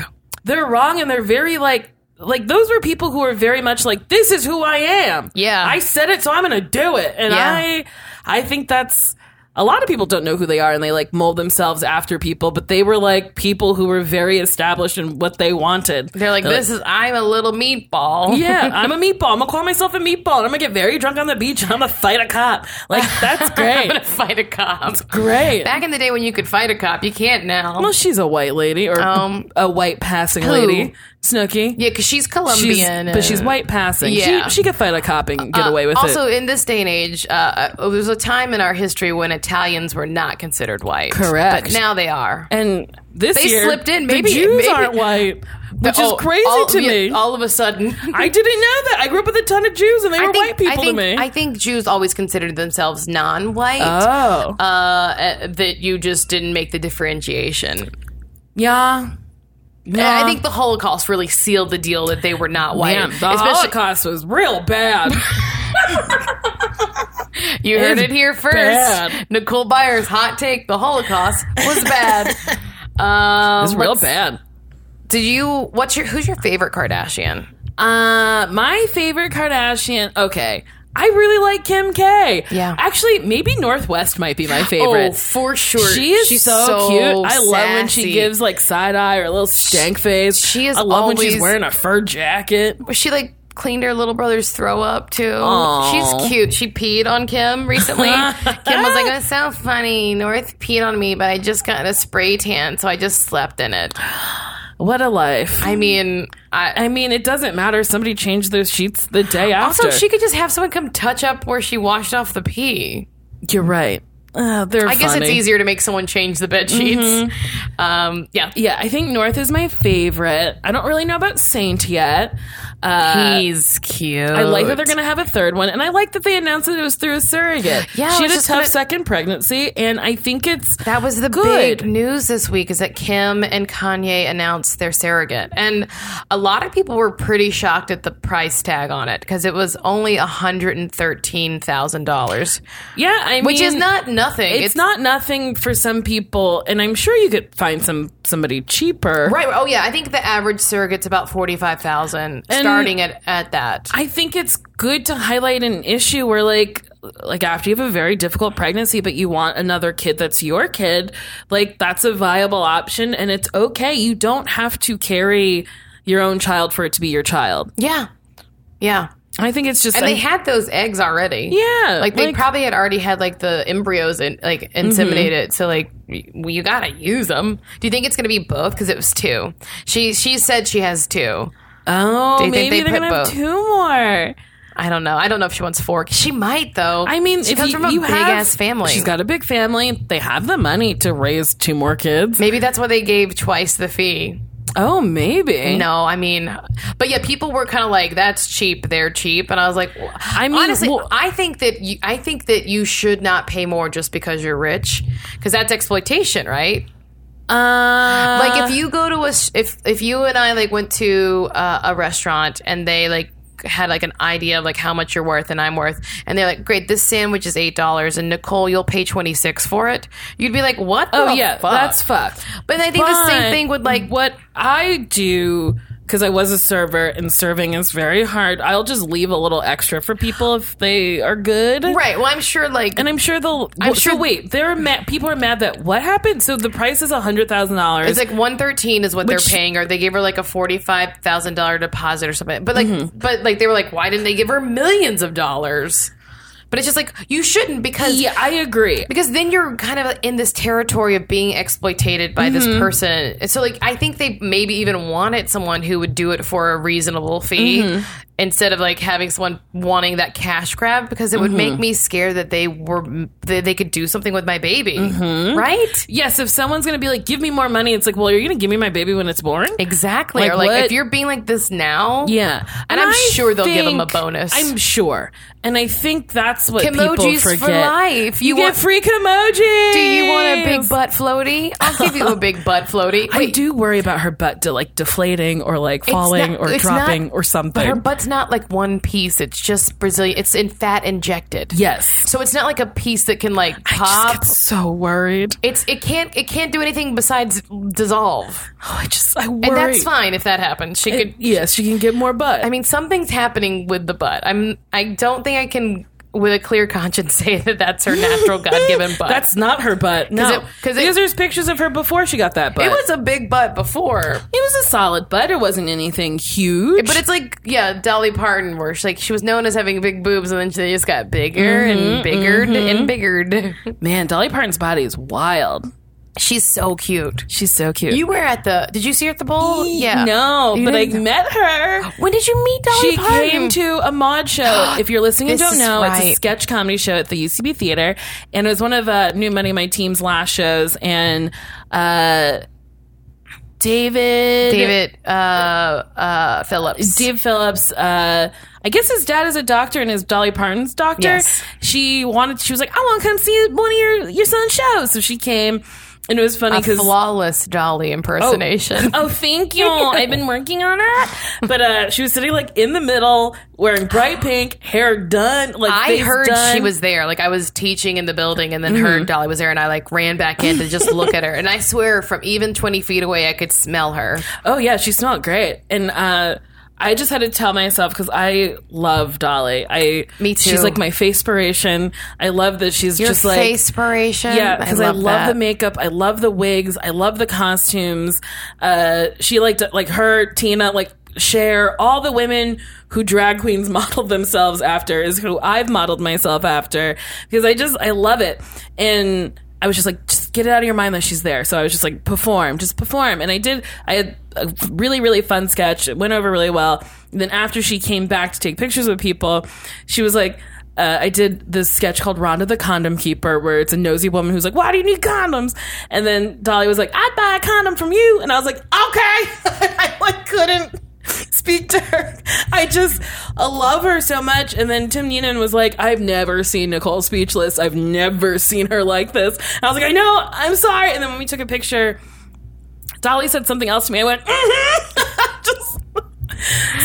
B: they're wrong and they're very like like those were people who are very much like this is who I am.
A: Yeah.
B: I said it so I'm going to do it. And
A: Yeah.
B: I I think that's a lot of people don't know who they are and they like mold themselves after people, but they were like people who were very established in what they wanted.
A: They're like, this is I'm a little meatball.
B: yeah, I'm a meatball. I'm gonna call myself a meatball. And I'm gonna get very drunk on the beach and I'm gonna fight a cop. Like that's great,
A: fight a cop.
B: great.
A: Back in the day when you could fight a cop, you can't now.
B: well, she's a white lady or
A: Um,
B: a white passing lady, Snooky.
A: yeah, because she's Colombian,
B: She's-
A: and-
B: but she's white passing.
A: Yeah.
B: She, she could fight a cop and get
A: Uh,
B: away with
A: also,
B: it.
A: in this day and age, uh, uh, there was a time in our history when Italians were not considered white.
B: Correct.
A: but now they are.
B: And this
A: They
B: year,
A: slipped in.
B: the
A: Maybe-
B: Jews
A: maybe-
B: aren't white, which
A: Oh,
B: is crazy
A: all-
B: to
A: yeah,
B: me.
A: All of a sudden,
B: I didn't know that. I grew up with a ton of Jews, and they were white people
A: I think,
B: to me.
A: I think Jews always considered themselves non-white.
B: oh,
A: uh, uh, that you just didn't make the differentiation.
B: yeah.
A: I think the Holocaust really sealed the deal that they were not white.
B: Damn, the
A: Especially-
B: Holocaust was real bad.
A: You heard it here first.
B: bad.
A: Nicole Byers' hot take: the Holocaust was bad. um,
B: It's real
A: let's-
B: bad.
A: Did you? What's your? Who's your favorite Kardashian?
B: Uh, my favorite Kardashian. Okay. I really like Kim K.
A: Yeah.
B: Actually, maybe Northwest might be my favorite.
A: Oh, for sure.
B: She is
A: She's
B: so, cute. I love when
A: sassy.
B: she gives like side eye or a little stank face.
A: she is
B: I love when
A: always-
B: she's wearing a fur jacket.
A: She like cleaned her little brother's throw up too.
B: Aw.
A: She's cute. She peed on Kim recently. Kim was like, "It was so funny. North peed on me, but I just got a spray tan, so I just slept in it."
B: What a life. I,
A: I mean, I.
B: mean, it doesn't matter. Somebody changed those sheets the day after.
A: also, she could just have someone come touch up where she washed off the pee.
B: You're right. Uh, they're
A: I guess it's
B: funny. Mm-hmm.
A: easier to make someone change the bed sheets. Um, yeah,
B: Yeah, I think North is my favorite. I don't really know about Saint yet. Uh,
A: he's cute.
B: I like that they're going to have a third one, and I like that they announced that it was through a surrogate.
A: Yeah, I was
B: she had a
A: just
B: tough
A: gonna-
B: second pregnancy, and I think it's
A: That was the
B: Good.
A: big news this week is that Kim and Kanye announced their surrogate. And a lot of people were pretty shocked at the price tag on it because it was only $113,000,
B: yeah. I
A: which
B: mean,
A: is not nothing.
B: It's, not nothing for some people, and I'm sure you could find some somebody cheaper.
A: Right. Oh, yeah. I think the average surrogate's about 45000 starting at, at that.
B: I think it's good to highlight an issue where like like after you have a very difficult pregnancy but you want another kid that's your kid, like that's a viable option and it's okay. You don't have to carry your own child for it to be your child.
A: yeah. Yeah.
B: I think it's just
A: And
B: I-
A: they had those eggs already.
B: yeah,
A: Like they probably had already had like the embryos in, like
B: Mm-hmm.
A: inseminated, so like y- well, you gotta use them. Do you think it's gonna be both? Because it was two. She she said she has two.
B: oh,
A: do you think
B: maybe
A: they put
B: they're gonna
A: both?
B: have two more.
A: I don't know. I don't know if she wants four. She might though.
B: I mean,
A: she
B: if
A: comes
B: you,
A: from a
B: you
A: big
B: have-
A: ass family.
B: She's got a big family. They have the money to raise two more kids.
A: Maybe that's why they gave twice the fee.
B: Oh, maybe.
A: No, I mean, but yeah, people were kind of like, "That's cheap. They're cheap," and I was like,
B: I mean,
A: honestly,
B: well-
A: I think that you, I think that you should not pay more just because you're rich, because that's exploitation, right?
B: Uh,
A: like if you go to a s- if if you and I like went to uh, a restaurant and they like had like an idea of like how much you're worth and I'm worth and they're like great this sandwich is eight dollars and Nicole you'll pay twenty six for it you'd be like what the
B: oh yeah,
A: fuck?
B: that's fucked.
A: but I think the
B: But
A: same thing with like
B: what I do because I was a server and serving is very hard. I'll just leave a little extra for people if they are good.
A: right well I'm sure like
B: And I'm sure they'll.
A: I'm
B: I'm
A: sure-
B: sure. wait, they're mad. People are mad that what happened. So the price is hundred thousand dollars.
A: it's like one thirteen is what
B: Which-
A: they're paying, or they gave her like a forty five thousand dollar deposit or something. But like,
B: Mm-hmm.
A: but like they were like, why didn't they give her millions of dollars? But it's just like you shouldn't because
B: yeah, I agree.
A: because then you're kind of in this territory of being exploited by this
B: Mm-hmm.
A: person. And so, like, I think they maybe even wanted someone who would do it for a reasonable fee
B: Mm-hmm.
A: instead of like having someone wanting that cash grab because it would
B: Mm-hmm.
A: make me scared that they were that they could do something with my baby,
B: Mm-hmm.
A: right?
B: Yes, if someone's gonna be like, "Give me more money," it's like, "Well, you're gonna give me my baby when it's born."
A: Exactly.
B: Like
A: or like, if
B: what-
A: you're being like this now,
B: Yeah,
A: And I'm sure they'll give 'em a bonus.
B: I'm sure, and I think that's what people
A: Kimojis for
B: forget.
A: life.
B: You,
A: You
B: get
A: want-
B: free Kimojis.
A: Do you want a big butt floaty? I'll give you a big butt floaty.
B: I do worry about her butt de- like deflating or like falling
A: not-
B: or
A: it's not-
B: dropping or something.
A: But her butt's not like one piece. It's just Brazilian. It's in fat injected.
B: yes.
A: So it's not like a piece that can like
B: I
A: pop.
B: just get so worried.
A: it's it can't it can't do anything besides dissolve.
B: Oh, I just I worry.
A: And that's fine if that happens. She could.
B: yes, she can get more butt.
A: I mean, something's happening with the butt. I'm. I don't think I can, with a clear conscience, say that that's her natural God given butt.
B: that's not her butt. No,
A: 'Cause it- 'cause it-
B: because there's pictures of her before she got that butt.
A: it was a big butt before,
B: it was a solid butt. It wasn't anything huge,
A: but it's like yeah, Dolly Parton, where she like she was known as having big boobs, and then she just got bigger and bigger and bigger.
B: man, Dolly Parton's body is wild.
A: She's so cute.
B: She's so cute. E,
A: You were at the. Did you see her at the bowl? Oh, Yeah.
B: no,
A: You
B: but I
A: didn't- Oh,
B: met her.
A: When did you meet Dolly
B: She
A: Parton?
B: came to a mod show. If you're listening and
A: This
B: don't
A: is
B: know, it's a
A: right.
B: sketch comedy show at the UCB Theater, and it was one of uh, New Money My Team's last shows. And uh, David,
A: David uh, uh, Phillips.
B: Dave Phillips. Uh, I guess his dad is a doctor and is Dolly Parton's doctor.
A: Yes.
B: She wanted. She was like, I want to come see one of your your son's shows. So she came, and it was funny because
A: flawless Dolly impersonation.
B: Oh, thank you. I've been working on it. But uh, she was sitting like in the middle, wearing bright pink, hair done. Like
A: I
B: face
A: heard
B: done.
A: she was there. Like I was teaching in the building, and then heard Dolly was there, and I like ran back in to just look at her. And I swear, from even twenty feet away, I could smell her.
B: Oh yeah, she smelled great. And uh, I just had to tell myself because I love Dolly. I
A: Me too.
B: She's like my face inspiration. I love that she's
A: Your
B: just like
A: face inspiration.
B: yeah, because I love,
A: that.
B: the makeup. I love the wigs. I love the costumes. Uh, she liked like her Tina like Cher. All the women who drag queens modeled themselves after is who I've modeled myself after because I just I love it. And I was just like, just get it out of your mind that she's there. So I was just like, perform, just perform. And I did. I had a really really fun sketch. It went over really well. And then after she came back to take pictures with people, she was like uh, I did this sketch called Rhonda the Condom Keeper, where it's a nosy woman who's like, "Why do you need condoms?" And then Dolly was like, "I'd buy a condom from you," and I was like, "Okay." I like couldn't speak to her. I just I love her so much. And then Tim Neenan was like, "I've never seen Nicole speechless. I've never seen her like this." And I was like, "I know. I'm sorry." And then when we took a picture, Dolly said something else to me. I went, mm-hmm. just.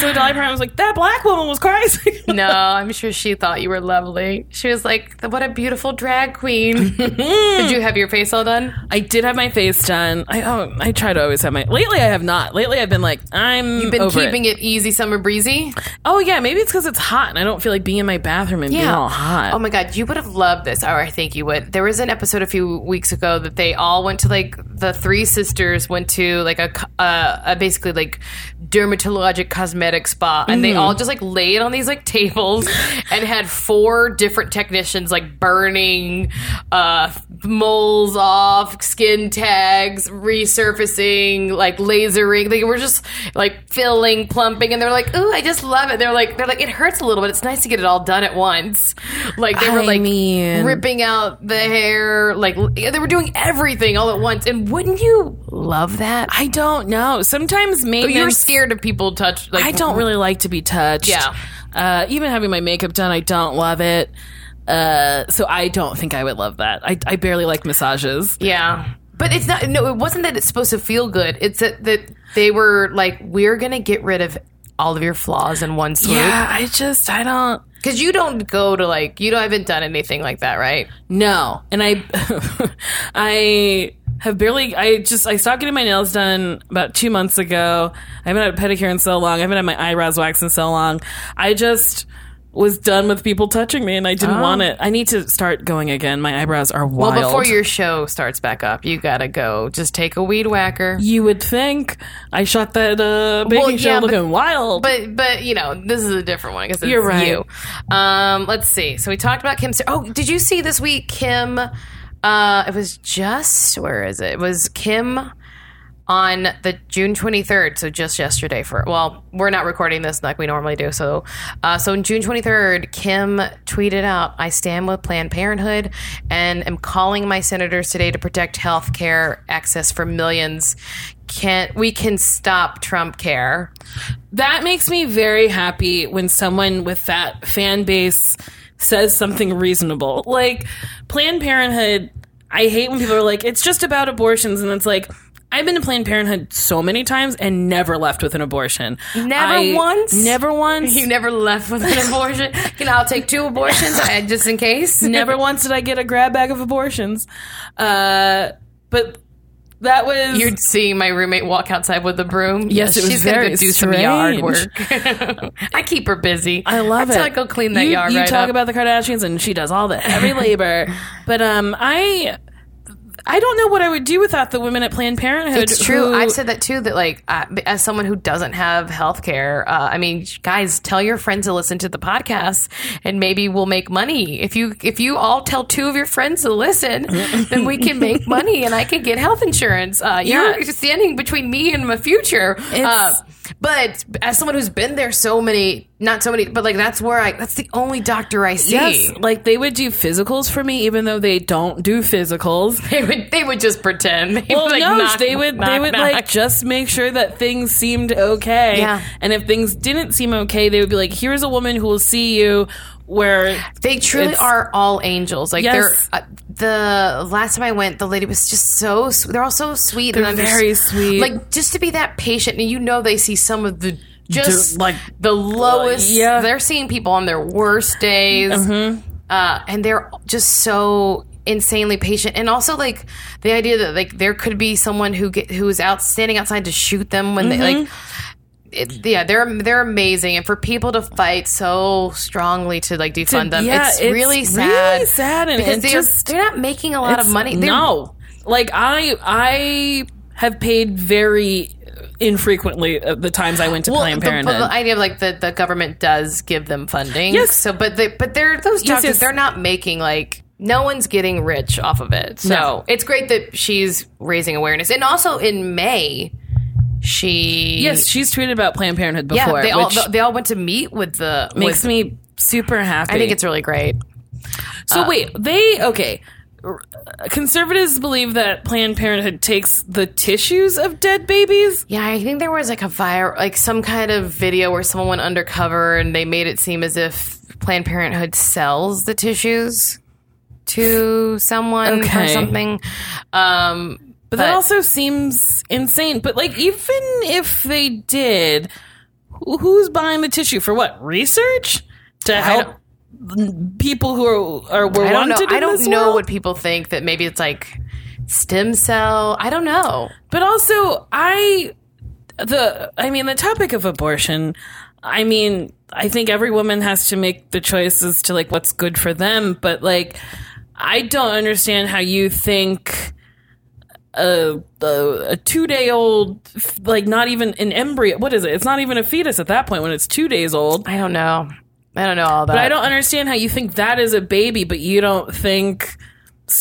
B: So Dolly Parton was like, "That black woman was crazy."
A: no, I'm sure she thought you were lovely. She was like, "What a beautiful drag queen." Did you have your face all done?
B: I did have my face done. I oh, I try to always have my. Lately, I have not. Lately, I've been like, I'm. You've
A: Been keeping it. easy, summer breezy.
B: Oh yeah, maybe it's because it's hot and I don't feel like being in my bathroom and being all hot.
A: Oh my god, you would have loved this. Or I think you would. There was an episode a few weeks ago that they all went to like the three sisters went to like a, co- uh, a basically like dermatologic cosmetic spa, and
B: Mm-hmm.
A: they all just like laid on these like tables and had four different technicians like burning uh, moles off, skin tags, resurfacing, like lasering. They were just like filling, plumping, and they're like, "Ooh, I just love it." They're like, "They're like, it hurts a little, but it's nice to get it all done at once." Like they were
B: I
A: like
B: mean-
A: ripping out the hair, like l- they were doing everything all at once. And wouldn't you love that?
B: I don't know. Sometimes
A: But
B: maybe
A: You're scared of people touch. Like
B: I don't really like to be touched.
A: Yeah.
B: Uh, even having my makeup done, I don't love it. Uh, so I don't think I would love that. I, I barely like massages.
A: Yeah. But it's not no, it wasn't that it's supposed to feel good. It's that, that they were like, We're gonna get rid of all of your flaws in one swoop.
B: Yeah, I just I don't.
A: Because you don't go to like you don't haven't done anything like that, right?
B: No, and I, I have barely. I just I stopped getting my nails done about two months ago. I haven't had a pedicure in so long. I haven't had my eyebrows waxed in so long. I just was done with people touching me, and I didn't want it. I need to start going again. My eyebrows are wild.
A: Oh. Well before your show starts back up, you gotta go. Just take a weed whacker.
B: you would think I shot that uh, baking
A: Well,
B: show
A: yeah, but-
B: looking wild.
A: But but you know this is a different one because it's
B: You're right.
A: you. Um, let's see. So we talked about Kim. Sa- Oh, did you see this week Kim? Uh, it was just where is it? It was Kim on the June 23rd. So just yesterday. For well, we're not recording this like we normally do. So uh, so on June 23rd, Kim tweeted out, "I stand with Planned Parenthood and am calling my senators today to protect health care access for millions. Can we can stop Trump care?"
B: that makes me very happy when someone with that fan base says something reasonable. Like Planned Parenthood, I hate when people are like, it's just about abortions. And it's like, I've been to Planned Parenthood so many times and never left with an abortion.
A: Never
B: I-
A: once?
B: Never once.
A: You never left with an abortion. You know, I'll take two abortions I- just in case.
B: never once did I get a grab bag of abortions. Uh, but that was.
A: You're seeing my roommate walk outside with a broom.
B: Yes, it was
A: she's gonna
B: very
A: go do some yard
B: strange.
A: work. I keep her busy.
B: I love
A: I
B: it.
A: tell her go clean that
B: you,
A: yard.
B: You
A: right
B: talk
A: up.
B: about the Kardashians, and she does all the heavy labor. but um, I, I don't know what I would do without the women at Planned Parenthood.
A: It's true.
B: who-
A: I've said that too. That like, uh, as someone who doesn't have health care, uh, I mean, guys, tell your friends to listen to the podcast, and maybe we'll make money. If you if you all tell two of your friends to listen, then we can make money, and I can get health insurance. Uh,
B: Yeah.
A: You're standing between me and my future. Uh,
B: It's-
A: but as someone who's been there so many, not so many, but like that's where I. That's the only doctor I see.
B: Yes, like they would do physicals for me, even though they don't do physicals.
A: They would. They would just pretend. They
B: Well,
A: would, like,
B: no,
A: knock,
B: they would they
A: knock,
B: would
A: knock.
B: like just make sure that things seemed okay.
A: Yeah.
B: And if things didn't seem okay, they would be like, "Here's a woman who will see you." Where
A: They truly
B: It's-
A: are all angels. Like
B: Yes.
A: they're uh, the last time I went, the lady was just so. Su- they're all so sweet.
B: They're
A: and under-
B: very sweet.
A: Like just to be that patient, and you know they see some of the just
B: Dirt, like-
A: the lowest.
B: yeah. Mm-hmm.
A: they're seeing people on their worst days, uh, and they're just so insanely patient. And also like the
B: Mm-hmm.
A: idea that like there could be someone who get who is out standing outside to shoot them when they like it, yeah, they're they're amazing, and for people to fight so strongly to like defund them,
B: yeah,
A: it's,
B: it's
A: really
B: really
A: sad.
B: sad, and
A: because
B: it
A: they're
B: just-
A: they're not making a lot of
B: It's-
A: money. They're-
B: No, like I I have paid very infrequently uh, the times I went to Planned
A: the, but
B: Parenthood.
A: the idea of like the, the government does give them funding.
B: Yes.
A: So, but they, but they're those
B: Yes,
A: doctors.
B: yes.
A: They're not making like no one's getting rich off of it. So
B: No.
A: it's great that she's raising awareness, and also in May, she
B: yes, she's tweeted about Planned Parenthood
A: yeah
B: before,
A: they all
B: which
A: they all went to meet with the
B: makes
A: with,
B: me super happy.
A: I think it's really great.
B: so. wait, they okay. R- Conservatives believe that Planned Parenthood takes the tissues of dead babies.
A: Yeah, I think there was like a fire, like some kind of video where someone went undercover and they made it seem as if Planned Parenthood sells the tissues to someone or
B: Okay.
A: something. Um,
B: But that
A: But-
B: also seems insane. But like, even if they did, who- who's buying the tissue for what research to help people who are are were
A: I don't know.
B: wanted?
A: I
B: in
A: don't
B: this
A: know
B: world?
A: what people think that maybe it's like stem cell. I don't know.
B: But also, I the I mean the topic of abortion. I mean, I think every woman has to make the choice as to like what's good for them. But like, I don't understand how you think a a, a two day old like not even an embryo. What is it? It's not even a fetus at that point when it's two days old.
A: I don't know. I don't know all that.
B: But I don't understand how you think that is a baby, but you don't think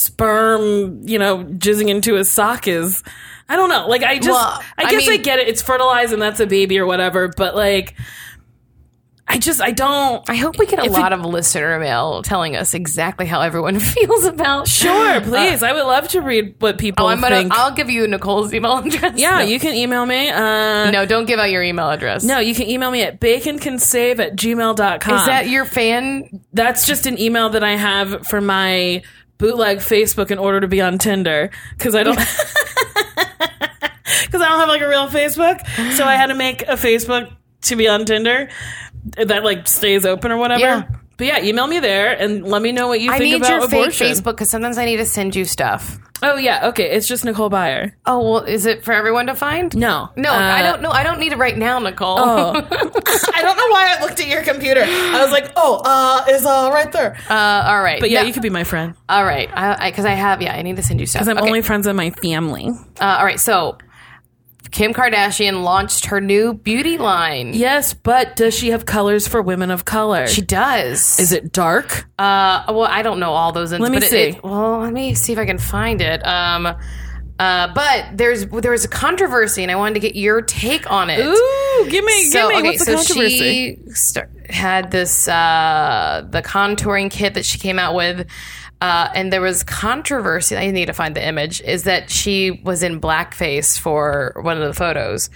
B: sperm, you know, jizzing into a sock is. I don't know. Like I just,
A: Well,
B: I
A: I
B: guess I,
A: mean-
B: get it. It's fertilized and that's a baby or whatever. But like, I just, I don't.
A: I hope we get a
B: If it-
A: lot of listener mail telling us exactly how everyone feels about.
B: Sure, please. I would love to read what people
A: Uh, Oh, I'm gonna.
B: think.
A: I'll give you Nicole's email address.
B: yeah,
A: No.
B: you can email me. Uh, no.
A: No, don't give out your email address.
B: you can email me at baconcansave at gmail.com.
A: Is that your fan?
B: that's just an email that I have for my bootleg Facebook in order to be on Tinder because I don't because I don't have like a real Facebook, so I had to make a Facebook to be on Tinder that like stays open or whatever.
A: Yeah.
B: But yeah, email me there and let me know what you
A: I
B: think
A: need
B: about
A: your fake
B: abortion.
A: Facebook because sometimes I need to send you stuff.
B: Oh yeah, okay. It's just Nicole Byer.
A: Oh well, is it for everyone to find?
B: No,
A: no,
B: Uh, oh.
A: I don't know. I don't need it right now, Nicole.
B: I don't know why I looked at your computer. I was like, oh, uh, is uh right there.
A: Uh, all right,
B: but yeah,
A: No,
B: you could be my friend
A: all right, because I, because I have yeah, I need to send you stuff.
B: because I'm
A: Okay.
B: only friends with my family.
A: Uh, all right, so Kim Kardashian launched her new beauty line.
B: Yes, but does she have colors for women of color?
A: She does.
B: Is it dark?
A: Uh, well, I don't know all those. Ins,
B: Let me
A: but it-
B: see.
A: It, well, let me see if I can find it. Um, uh, but there's there was a controversy, and I wanted to get your take on it.
B: Ooh, give me,
A: So,
B: give me.
A: okay,
B: What's the
A: so
B: controversy?
A: she star- had this uh, the contouring kit that she came out with, uh, and there was controversy. I need to find the image. Is that she was in blackface for one of the photos?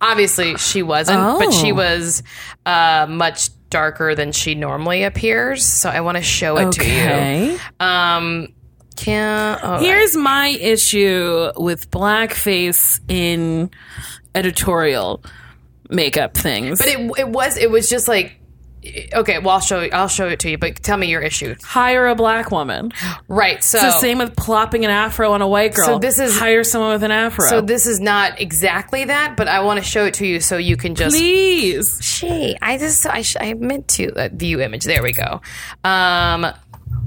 A: Obviously, she wasn't, but she
B: Oh.
A: was uh, much darker than she normally appears. So I want to show it to
B: okay.
A: you. Um, can oh,
B: Here's my issue with blackface in editorial makeup things.
A: but it it was it was just like. Okay, well I'll show I'll show it to you, but tell me your issue.
B: Hire a black woman.
A: Right, so
B: The same with plopping an afro on a white girl.
A: Oh. So this is-
B: hire someone with an afro.
A: So this is not exactly that, but I want to show it to you so you can just.
B: Please.
A: She, I just, I, sh- I meant to uh, view image. There we go. Um,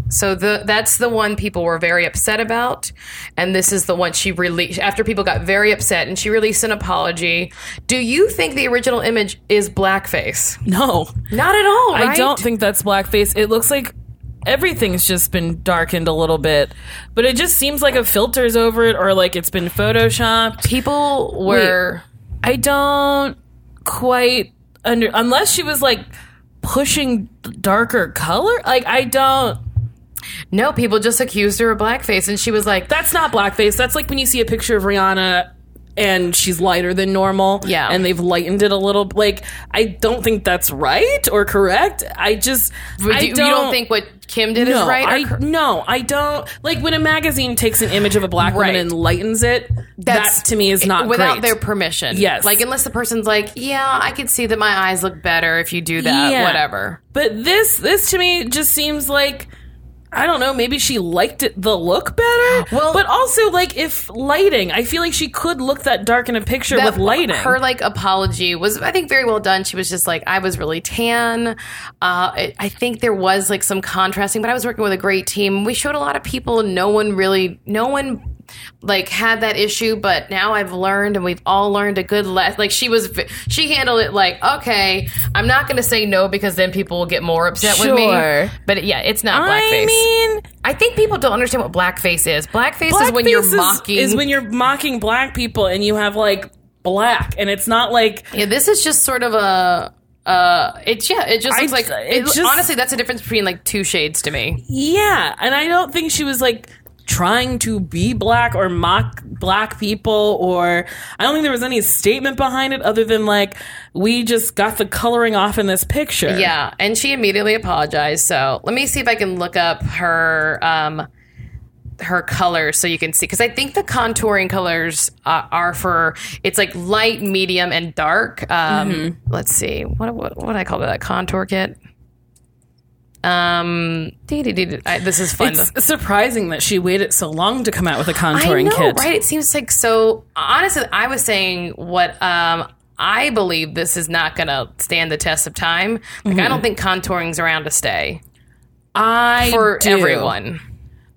A: so the that's the one people were very upset about, and this is the one she released after people got very upset, and she released an apology. Do you think the original image is blackface?
B: No.
A: Not at all.
B: I don't think that's blackface. It looks like everything's just been darkened a little bit, but it just seems like a filter's over it or like it's been photoshopped.
A: people were.
B: I don't quite under unless she was like pushing darker color. Like I don't.
A: No, people just accused her of blackface, and she was like,
B: That's not blackface. That's like when you see a picture of Rihanna and she's lighter than normal.
A: Yeah.
B: and they've lightened it a little. Like I don't think that's right or correct. I just
A: But
B: I
A: do, you don't think what Kim did
B: no,
A: is right? or
B: I,
A: cor-
B: no, I don't. Like when a magazine takes an image of a black
A: Right.
B: woman and lightens it, that to me is not
A: without
B: great.
A: their permission.
B: Yes.
A: like unless the person's like, yeah, I can see that my eyes look better if you do that.
B: Yeah.
A: Whatever.
B: But this this to me just seems like I don't know, maybe she liked it, the look better.
A: Well-
B: but also like if lighting, I feel like she could look that dark in a picture
A: that-
B: with lighting.
A: Her like apology was, I think, very well done. She was just like, I was really tan. Uh, I I think there was like some contrasting, but I was working with a great team. We showed a lot of people, and no one really, no one like had that issue. But now I've learned, and we've all learned a good lesson. Like she was, v- she handled it like, okay, I'm not going to say no because then people will get more upset with
B: Sure.
A: me. But yeah, it's not blackface.
B: I mean,
A: I think people don't understand what blackface is. Blackface, is when you're
B: Blackface
A: mocking.
B: is when you're mocking black people and you have like black and it's not like
A: Yeah, this is just sort of a. Uh, it's yeah. It just
B: I-
A: looks like
B: it
A: it,
B: just-
A: honestly. That's the difference between like two shades to me.
B: yeah, and I don't think she was like trying to be black or mock black people or I don't think there was any statement behind it other than like we just got the coloring off in this picture.
A: Yeah, and she immediately apologized. So let me see if I can look up her um her color so you can see because I think the contouring colors uh, are for it's like light, medium, and dark. Um,
B: Mm-hmm.
A: Let's see what what what do I call that contour kit. Um, dee-dee-dee-dee. I, this is fun.
B: It's surprising that she waited so long to come out with a contouring
A: I know,
B: kit.
A: right? It seems like so. Honestly, I was saying what um, I believe this is not going to stand the test of time. Like, I don't think contouring's around to stay
B: Mm-hmm. I
A: for
B: do.
A: everyone.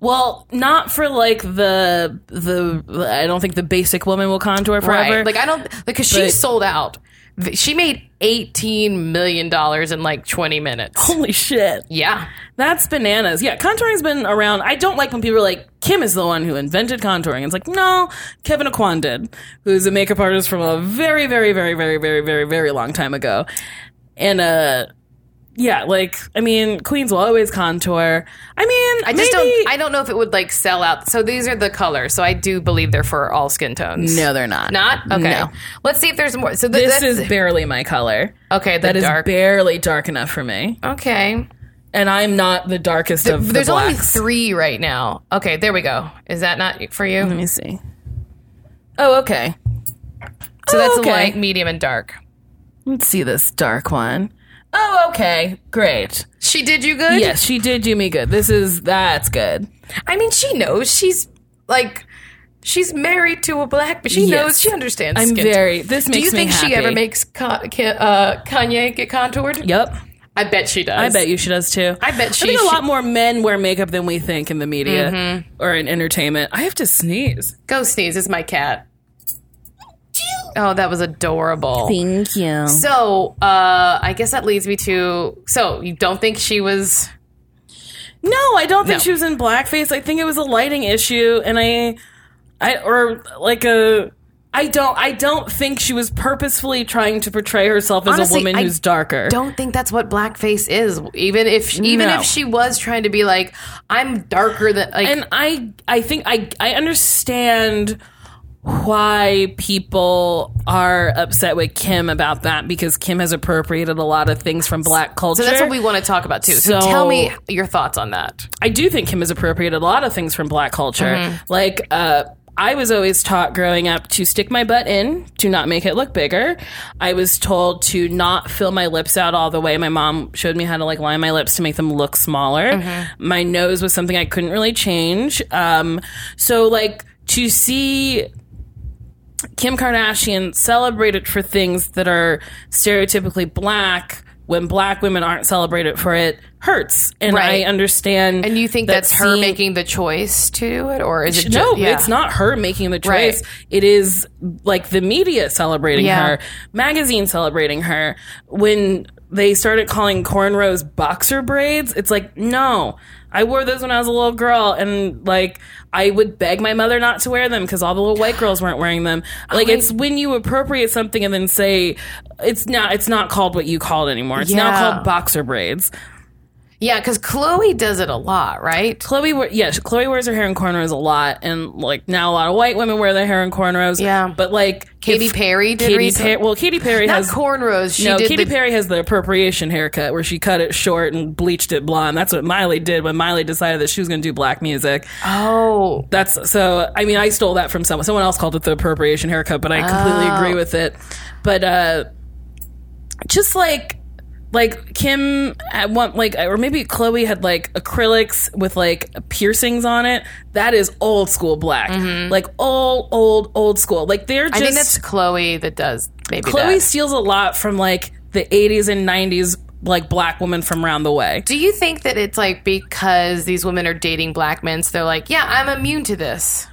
B: Well, not for like the the I don't think the basic woman will contour forever.
A: Right? Like, I don't because she
B: But-
A: sold out. V- She made eighteen million dollars in like twenty minutes.
B: holy shit.
A: Yeah,
B: That's bananas. Yeah, contouring's been around. I don't like when people are like, Kim is the one who invented contouring. It's like, no, Kevin Aquan did, who's a makeup artist from a very, very, very, very, very, very, very long time ago. And, uh, yeah, like, I mean, queens will always contour. I mean,
A: I just don't. I don't know if it would like sell out. So these are the colors. So I do believe they're for all skin tones.
B: no, they're not.
A: Not okay.
B: No.
A: Let's see if there's more. So th-
B: This
A: that's-
B: is barely my color.
A: okay. The
B: That is
A: dark.
B: barely dark enough for me.
A: okay.
B: And I'm not the darkest of the
A: There's only
B: blacks.
A: three right now. Okay, there we go. Is that not for you?
B: Let me see. Oh, okay.
A: So that's
B: Oh, okay.
A: a light, medium, and dark.
B: Let's see this dark one. Oh, okay. Great.
A: She did you good?
B: Yes, she did do me good. This is, that's good.
A: I mean, she knows. She's like, she's married to a black, but she
B: Yes.
A: knows. She understands.
B: I'm
A: skin
B: very, this
A: tone. Do
B: makes
A: you
B: me
A: think she
B: happy.
A: ever makes con- can, uh, Kanye get contoured?
B: Yep.
A: I bet she does.
B: I bet you she does too.
A: I bet she
B: I think a
A: should-
B: lot more men wear makeup than we think in the media or in entertainment. I have to sneeze.
A: Go sneeze. It's my cat. Oh, that was adorable.
B: Thank you.
A: So, uh, I guess that leads me to. So, you don't think she was.
B: No, I don't think
A: No.
B: she was in blackface. I think it was a lighting issue, and I, I or like a. I don't. I don't think she was purposefully trying to portray herself as
A: Honestly,
B: a woman
A: I
B: who's darker.
A: don't think that's what blackface is. Even if even
B: No.
A: if she was trying to be like, I'm darker than like.
B: and I I think I I understand why people are upset with Kim about that because Kim has appropriated a lot of things from black culture.
A: so that's what we want to talk about too. So,
B: So-
A: tell me your thoughts on that.
B: I do think Kim has appropriated a lot of things from black culture. Like, uh, I was always taught growing up to stick my butt in to not make it look bigger. I was told to not fill my lips out all the way. My mom showed me how to like line my lips to make them look smaller. My nose was something I couldn't really change. Um, so like to see Kim Kardashian celebrated for things that are stereotypically black when black women aren't celebrated for it hurts. And
A: Right.
B: I understand.
A: And you think
B: that
A: that's her
B: seeing-
A: making the choice to do it, or is it
B: No,
A: ju- yeah.
B: it's not her making the
A: Right.
B: choice. It is like the media celebrating
A: Yeah.
B: her, magazine celebrating her. When they started calling cornrows boxer braids, it's like, no, I wore those when I was a little girl, and like I would beg my mother not to wear them because all the little white girls weren't wearing them. Like it's when you appropriate something and then say it's not it's not called what you call it anymore. It's now
A: Yeah.
B: called boxer braids.
A: Yeah, because Chloe does it a lot, right?
B: Chloe, wear- yeah, Chloe wears her hair in cornrows a lot, and like now a lot of white women wear their hair in cornrows.
A: Yeah.
B: but like
A: Katy
B: if
A: Perry did
B: Katy
A: recently.
B: Perry. Well, Katy Perry
A: Not
B: has
A: cornrows. She
B: no.
A: did
B: Katy
A: the,
B: Perry has the appropriation haircut where she cut it short and bleached it blonde. That's what Miley did when Miley decided that she was going to do black music.
A: Oh,
B: That's so. I mean, I stole that from someone. Someone else called it the appropriation
A: Oh.
B: haircut, but I completely agree with it. But uh, just like like Kim at one like or maybe Chloe had like acrylics with like piercings on it. That is old school black, like old old old school. Like they're
A: Mm-hmm. I
B: just
A: think that's Chloe that does maybe
B: Chloe
A: that.
B: steals a lot from like the 80s and 90s like black women from round the way.
A: Do you think that it's like because these women are dating black men, so they're like, yeah, I'm immune to this?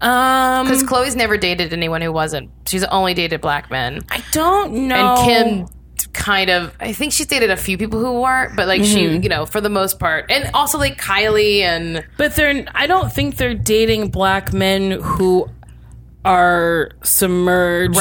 B: Um
A: Because Chloe's never dated anyone who wasn't. She's only dated black men.
B: I don't know.
A: And Kim kind of, I think she's dated a few people who weren't, but like she,
B: Mm-hmm.
A: you know, for the most part. And also like Kylie and
B: But they're I don't think they're dating black men who are submerged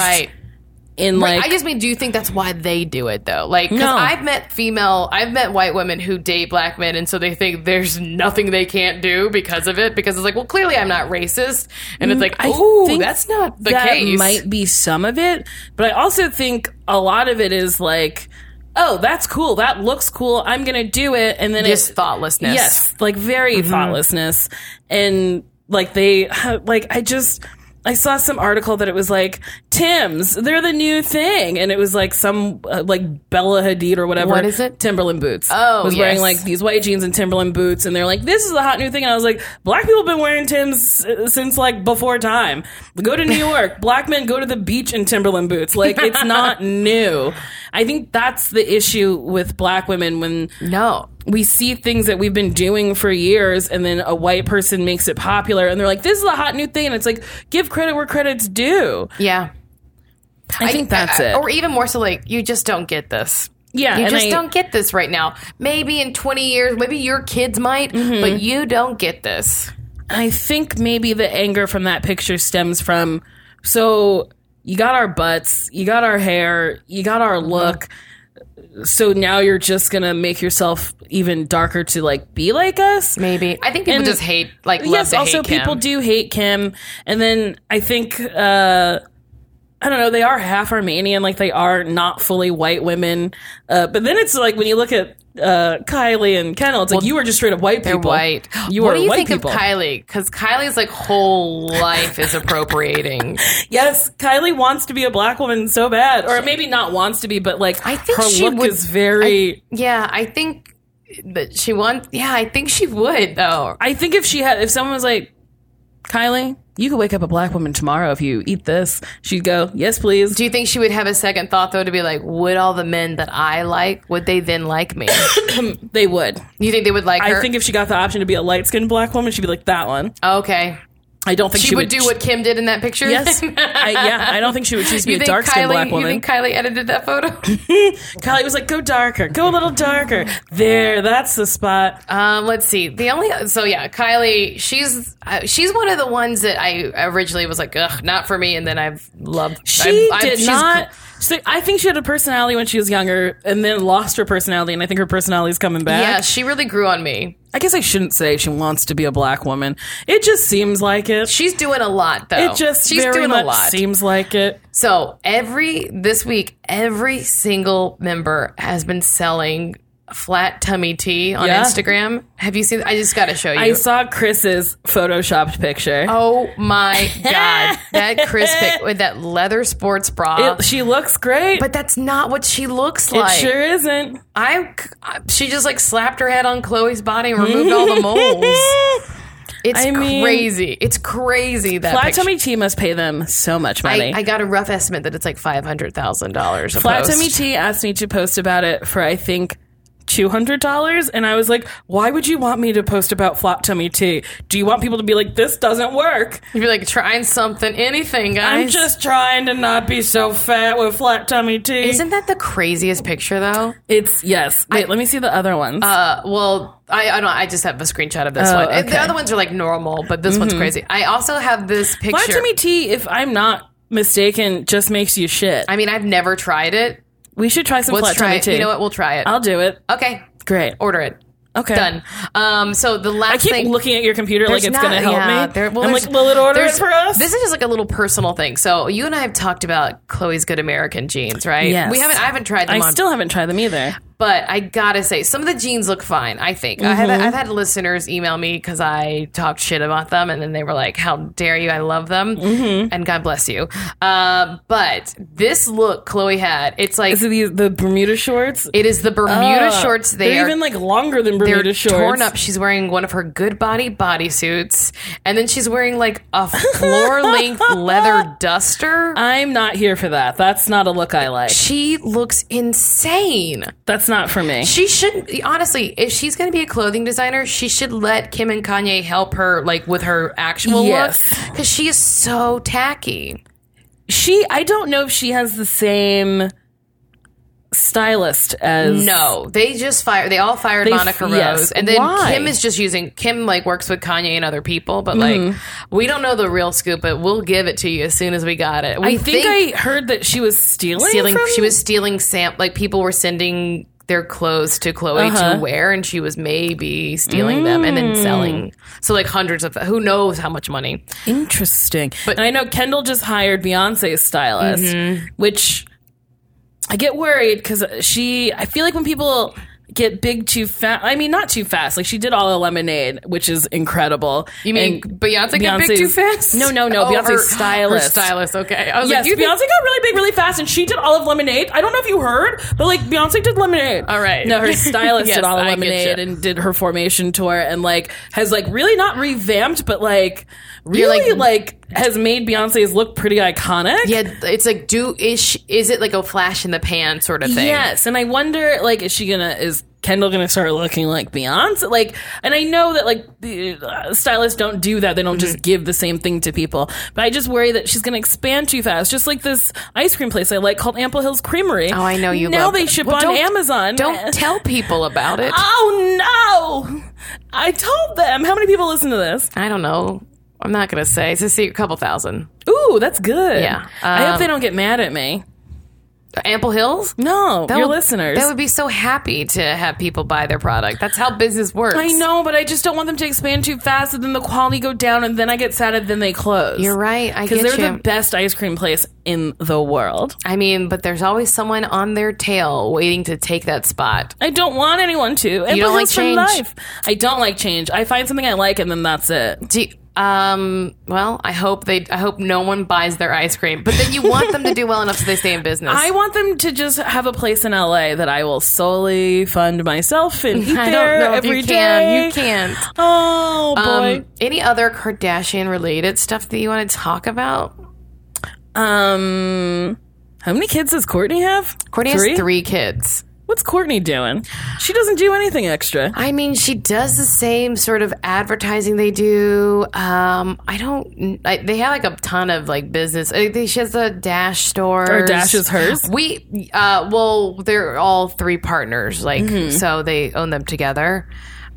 B: in like
A: I just mean, do you think that's why they do it though? Like, because
B: No.
A: I've met female, I've met white women who date black men, and so they think there's nothing they can't do because of it. Because it's like, well, clearly I'm not racist, and it's like,
B: Mm, I
A: oh,
B: think
A: that's not the
B: that
A: case.
B: might be some of it, but I also think a lot of it is like, oh, that's cool, that looks cool, I'm gonna do it, and then
A: Just
B: it,
A: thoughtlessness.
B: yes, like very
A: Mm-hmm.
B: thoughtlessness, and like they, like I just. I saw some article that it was like Tim's, they're the new thing, and it was like some uh, like Bella Hadid or whatever.
A: What is it?
B: Timberland boots.
A: Oh,
B: was wearing
A: yes.
B: like these white jeans and Timberland boots, and they're like, "This is the hot new thing." And I was like, "Black people have been wearing Tim's uh, since like before time." Go to New York, black men go to the beach in Timberland boots. Like it's not new. I think that's the issue with black women when
A: No.
B: we see things that we've been doing for years, and then a white person makes it popular, and they're like, "This is the hot new thing." And it's like, give credit where credit's due.
A: Yeah. Uh,
B: I, think that's it.
A: Or even more so, like, you just don't get this.
B: yeah,
A: You
B: and
A: just
B: I-
A: don't get this right now. Maybe in 20 years, maybe your kids might,
B: Mm-hmm.
A: but you don't get this.
B: I think maybe the anger from that picture stems from so you got our butts, you got our hair, you got our look. So now you're just going to make yourself even darker to like be like us?
A: Maybe. I think people
B: And-
A: just hate, like, love
B: yes,
A: to
B: also
A: hate Kim.
B: people do hate Kim. And then I think uh I don't know, they are half Armenian, like they are not fully white women. Uh but then it's like when you look at uh Kylie and Kendall, it's like you are just straight up white people.
A: White.
B: You
A: what
B: are
A: do you
B: white
A: think
B: people.
A: of Kylie? Because Kylie's like whole life is appropriating.
B: Yes, Kylie wants to be a black woman so bad, or maybe not wants to be, but like I
A: think
B: her
A: she
B: look
A: would-
B: is very.
A: yeah, I think that she wants. Yeah, I think she would though.
B: I, think if she had, if someone was like, Kylie, you could wake up a black woman tomorrow if you eat this, she'd go, yes, please.
A: Do you think she would have a second thought though to be like, would all the men that I like would they then like me?
B: They would.
A: you think they would like her?
B: I think if she got the option to be a light skinned black woman, she'd be like that one.
A: okay,
B: I don't think
A: she,
B: she,
A: would, do what Kim did in that picture.
B: Yes, I, yeah. I don't think she would choose to be a dark skinned black
A: Kylie? You
B: woman.
A: think Kylie edited that photo?
B: Kylie was like, "Go darker, go a little darker." There, that's the spot.
A: Um, let's see. The only so yeah, Kylie. She's uh, she's one of the ones that I originally was like, ugh, not for me. And then I've loved.
B: She
A: I've- I've-
B: did
A: she's-
B: not. So I think she had a personality when she was younger, and then lost her personality, and I think her personality's coming back.
A: Yeah, she really grew on me.
B: I guess I shouldn't say she wants to be a black woman. It just seems like it.
A: She's doing a lot though.
B: it just
A: she's
B: very
A: doing
B: much
A: a lot.
B: seems like it.
A: so every this week, every single member has been selling flat tummy tea on
B: Yeah.
A: Instagram. Have you seen? I just got to show you.
B: I saw Chris's photoshopped picture.
A: oh my god, that Chris pic with that leather sports bra.
B: It- she looks great,
A: Uh, but that's not what she looks
B: it
A: like.
B: sure isn't.
A: I, she just like slapped her head on Chloe's body and removed all the moles. It's
B: I mean-
A: crazy. It's crazy that
B: Flat
A: picture.
B: Tummy Tea must pay them so much money.
A: I, I got a rough estimate that it's like five hundred thousand dollars.
B: Flat Tummy Tea asked me to post about it for I think two hundred dollars, and I was like, "Why would you want me to post about Flat Tummy Tea? Do you want people to be like, this doesn't work?
A: You'd be like trying something, anything, guys.
B: I'm just trying to not be so fat with Flat Tummy Tea."
A: Isn't that the craziest picture though?
B: it's yes. Wait, let me see the other ones.
A: Uh, well, I, I don't. I just have a screenshot of this one. And
B: Oh, okay. Mm-hmm.
A: The other ones are like normal, but this one's crazy. I also have this picture.
B: Flat Tummy Tea, if I'm not mistaken, just makes you shit.
A: I mean, I've never tried it.
B: we should try some
A: Let's
B: Flat
A: try
B: Tummy
A: it.
B: Tea.
A: You know what? We'll try it.
B: I'll do it.
A: okay,
B: Great.
A: order it.
B: Okay.
A: Done. Um, so the last
B: I keep
A: thing.
B: looking at your computer like
A: There's
B: it's
A: not-
B: going to help
A: yeah,
B: me.
A: there- well,
B: I'm
A: there's-
B: like, will it order it
A: there's-
B: for us?
A: This is just like a little personal thing. So you and I have talked about Chloe's Good American jeans, right?
B: Yes.
A: We haven't. I haven't tried them
B: I
A: on,
B: still haven't tried them either.
A: But I gotta say, some of the jeans look fine. I think I have,
B: Mm-hmm.
A: I've had listeners email me because I talked shit about them, and then they were like, "How dare you? I love them,"
B: Mm-hmm.
A: and God bless you. Uh, but this look Chloe had, it's like
B: Is it the, the Bermuda shorts?
A: it is the Bermuda
B: Uh,
A: shorts. They
B: they're
A: are
B: even like longer than Bermuda
A: they're
B: shorts.
A: torn up. She's wearing one of her good body bodysuits, and then she's wearing like a floor length leather duster.
B: I'm not here for that. That's not a look I like.
A: she looks insane.
B: That's not for me.
A: She should honestly, if she's going to be a clothing designer, she should let Kim and Kanye help her like with her actual
B: Yes.
A: look because she is so tacky.
B: She, I don't know if she has the same stylist as
A: No, they just fired. They all fired
B: They f-
A: Monica Rose,
B: yes.
A: and then
B: Why?
A: Kim is just using Kim like works with Kanye and other people, but like
B: Mm-hmm.
A: we don't know the real scoop, but we'll give it to you as soon as we got it. We
B: I think, I heard that she was stealing.
A: stealing.
B: from-
A: She was stealing sam like people were sending their clothes to Chloe to wear, and she was maybe stealing them and then selling. So like hundreds of who knows how much money.
B: interesting. But and I know Kendall just hired Beyonce's stylist,
A: Mm-hmm.
B: which I get worried because she. I feel like when people get big too fast. I mean, not too fast. Like she did all the lemonade, which is incredible.
A: You mean
B: And
A: Beyonce got big too
B: Beyonce's-
A: fast?
B: No, no, no.
A: Oh,
B: Beyonce's
A: her- her
B: stylist.
A: stylist. Okay. I was
B: Yes,
A: like, you
B: Beyonce
A: think-
B: got really big really fast, and she did all of Lemonade. I don't know if you heard, but like Beyonce did Lemonade.
A: All right.
B: no, her stylist
A: Yes,
B: did all of
A: I get
B: Lemonade
A: you.
B: and did her formation tour, and like has like really not revamped, but like really
A: like-
B: like, has made Beyonce's look pretty iconic.
A: yeah, it's like do ish. Is it like a flash in the pan sort of thing?
B: Yes, and I wonder like is she gonna is Kendall gonna start looking like Beyonce? Like, and I know that like the uh, stylists don't do that; they don't
A: Mm-hmm.
B: just give the same thing to people. But I just worry that she's gonna expand too fast, just like this ice cream place I like called Ample Hills Creamery.
A: Oh, I know you.
B: Now
A: love
B: they
A: it.
B: ship
A: Well,
B: on
A: don't-
B: Amazon. Uh,
A: Don't tell people about it.
B: Oh no! I told them. How many people listen to this?
A: I don't know. I'm not gonna say. It's a secret. Couple thousand.
B: Ooh, that's good.
A: Yeah.
B: I hope
A: Um,
B: they don't get mad at me.
A: Ample Hills.
B: No,
A: That
B: your
A: would-
B: listeners.
A: That would be so happy to have people buy their product. That's how business works.
B: I know, but I just don't want them to expand too fast, and then the quality go down, and then I get sad, and then they close.
A: You're right. I
B: Because
A: get
B: they're
A: you.
B: the best ice cream place in the world.
A: I mean, but there's always someone on their tail waiting to take that spot.
B: I don't want anyone to. And
A: You don't
B: plus
A: like
B: it's for
A: change?
B: Life. I don't like change. I find something I like, and then that's it.
A: Do um. Well, I hope they. I hope no one buys their ice cream. But then you want them to do well enough so they stay in business.
B: I want them to just have a place in LA that I will solely fund myself and eat
A: I
B: there
A: don't know if
B: every
A: you can.
B: day.
A: You can't.
B: Oh boy.
A: Um, any other Kardashian related stuff that you want to talk about?
B: Um, how many kids does Courtney have?
A: Courtney
B: three?
A: has three kids.
B: What's Courtney doing? She doesn't do anything extra.
A: I mean, she does the same sort of advertising they do. Um, I don't. I, they have like a ton of like business. I think she has a Dash store.
B: Or Dash is hers?
A: We uh, well, they're all three partners. Like
B: Mm-hmm.
A: so, they own them together.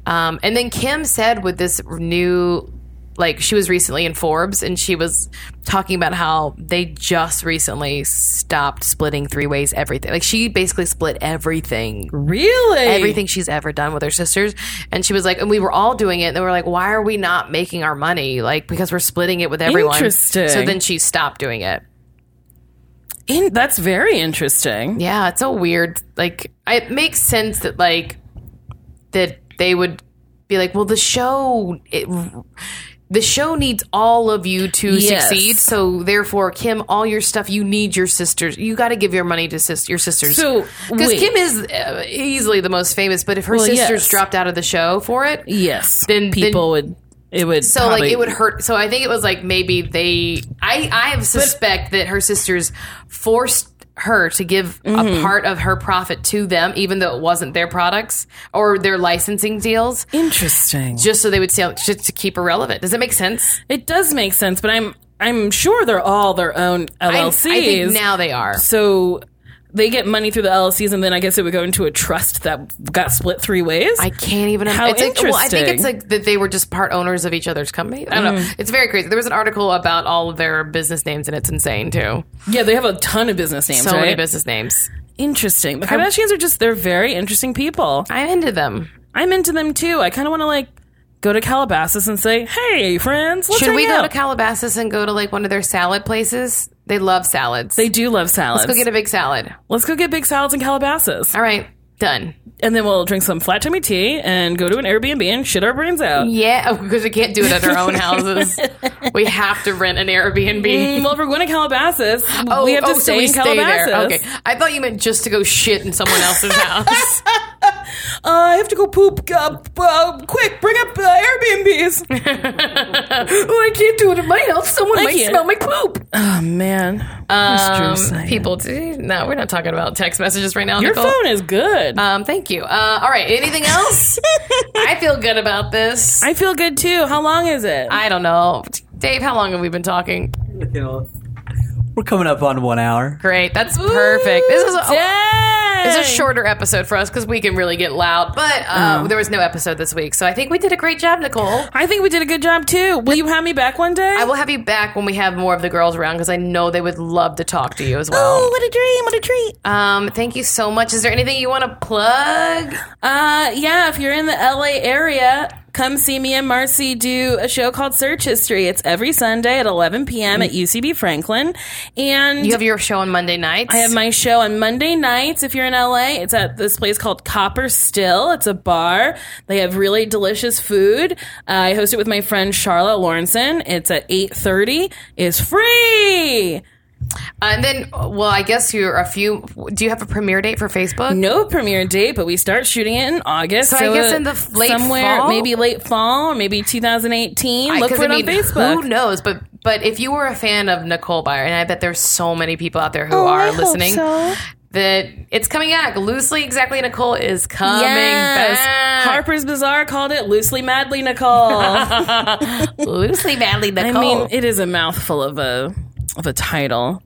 A: Um, and then Kim said with this new. Like she was recently in Forbes, and she was talking about how they just recently stopped splitting three ways everything. Like she basically split everything
B: Really?
A: everything she's ever done with her sisters. And she was like, and we were all doing it. And they were like, why are we not making our money? Like, because we're splitting it with everyone.
B: Interesting.
A: So then she stopped doing it.
B: In- that's very interesting.
A: Yeah, it's a weird, like, it makes sense that, like, that they would be like, well, the show, it, the show needs all of you to
B: Yes.
A: succeed. So therefore, Kim, all your stuff, you need your sisters. You got to give your money to sis- your sisters.
B: So,
A: because
B: wait.
A: Kim is uh, easily the most famous, but if her
B: Well,
A: sisters
B: yes.
A: dropped out of the show for it,
B: Yes.
A: Then-
B: people would. It would.
A: So like it would hurt. So I think it was like maybe they. I I suspect that her sisters forced her to give a part of her profit to them, even though it wasn't their products or their licensing deals,
B: Interesting.
A: just so they would sell just to keep her relevant. Does that make sense?
B: It does make sense, but I'm I'm sure they're all their own
A: I, I
B: LLCs.
A: think now they are.
B: so they get money through the LLCs, and then I guess it would go into a trust that got split three ways.
A: I can't even.
B: How
A: it's like- well, I think
B: interesting. Mm-hmm.
A: it's like that they were just part owners of each other's company. I don't know. It's very crazy. There was an article about all of their business names, and it's insane too.
B: yeah, they have a ton of business names.
A: So many
B: right?
A: business names.
B: Interesting. The Kardashians are just they're very interesting people.
A: I ended them.
B: I'm into them too. I kind of want to like go to Calabasas and say, "Hey, friends, let's
A: Should
B: hang
A: we go
B: out."
A: to Calabasas and go to like one of their salad places? They love salads.
B: they do love salads.
A: Let's go get a big salad.
B: Let's go get big salads in Calabasas.
A: All right. Done.
B: and then we'll drink some flat tummy tea and go to an Airbnb and shit our brains out.
A: Yeah, because Oh, we can't do it at our own houses. We have to rent an Airbnb.
B: Mm, Well, if we're going to Calabasas,
A: Oh,
B: we have to
A: oh, so
B: stay
A: we
B: in Calabasas.
A: Okay, I thought you meant just to go shit in someone else's house.
B: Uh, I have to go poop. Uh, uh, quick, bring up uh, Airbnbs.
A: oh, I can't do it in my house. Someone
B: I
A: might
B: can't.
A: smell my poop.
B: oh man,
A: Um,
B: That's Drew Snyder.
A: people, do, no, we're not talking about text messages right now.
B: your
A: Nicole.
B: phone is good.
A: Um, thank you. Uh, all right. Anything else? I feel good about this. I,
B: I feel good too. How long is it?
A: don't know, Dave. How long have we been talking?
C: You know, we're coming up on one hour.
A: Great. That's perfect. This is a,
B: Dang.
A: It's a shorter episode for us because we can really get loud. But uh,
B: Mm.
A: there was no episode this week, so I think we did a great job, Nicole.
B: I think we did a good job too. Will you have me back one day?
A: I will have you back when we have more of the girls around because I know they would love to talk to you as well.
B: Oh, what a dream! What a treat!
A: Um, thank you so much. Is there anything you want to plug?
B: Uh, yeah, if you're in the LA area, come see me and Marcy do a show called Search History. It's every Sunday at 11 p.m. at UCB Franklin. And
A: You have your show on Monday nights.
B: I have my show on Monday nights. If you're in LA, it's at this place called Copper Still. It's a bar. They have really delicious food. Uh, I host it with my friend Charlotte Lawrenson. It's at 8:30. It's free.
A: Uh, and then, well, I guess you're a few. Do you have a premiere date for Facebook?
B: No premiere date, but we start shooting it in August.
A: So I guess in the f- late
B: somewhere,
A: fall?
B: maybe late fall or maybe 2018.
A: I-
B: Look
A: 'cause
B: for it
A: I mean,
B: on Facebook.
A: Who knows? But but if you were a fan of Nicole Byer, and I bet there's so many people out there who
B: Oh,
A: are
B: I hope
A: listening,
B: so.
A: that it's coming back. Loosely, exactly. Nicole is coming
B: Yes.
A: back.
B: Harper's Bazaar called it loosely madly Nicole.
A: Loosely, madly,
B: I
A: Nicole.
B: mean, it is a mouthful of a of a title.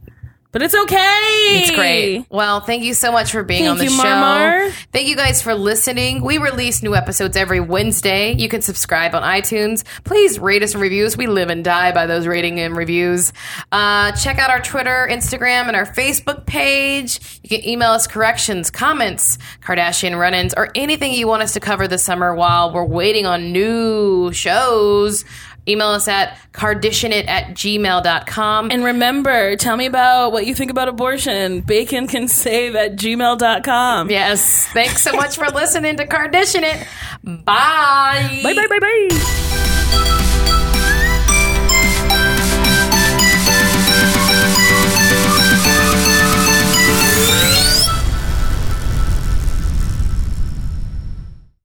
B: But it's okay.
A: It's great. Well, thank you so much for being
B: Thank
A: on the
B: you,
A: show.
B: Marmar.
A: Thank you guys for listening. We release new episodes every Wednesday. You can subscribe on iTunes. Please rate us and reviews. We live and die by those rating and reviews. Uh, check out our Twitter, Instagram, and our Facebook page. You can email us corrections, comments, Kardashian run ins, or anything you want us to cover this summer while we're waiting on new shows. Email us at carditionit at gmail.com.
B: And remember, tell me about what you think about abortion. Bacon can save at gmail.com.
A: Yes. Thanks so much for listening to Cardition It. Bye.
B: Bye bye bye bye.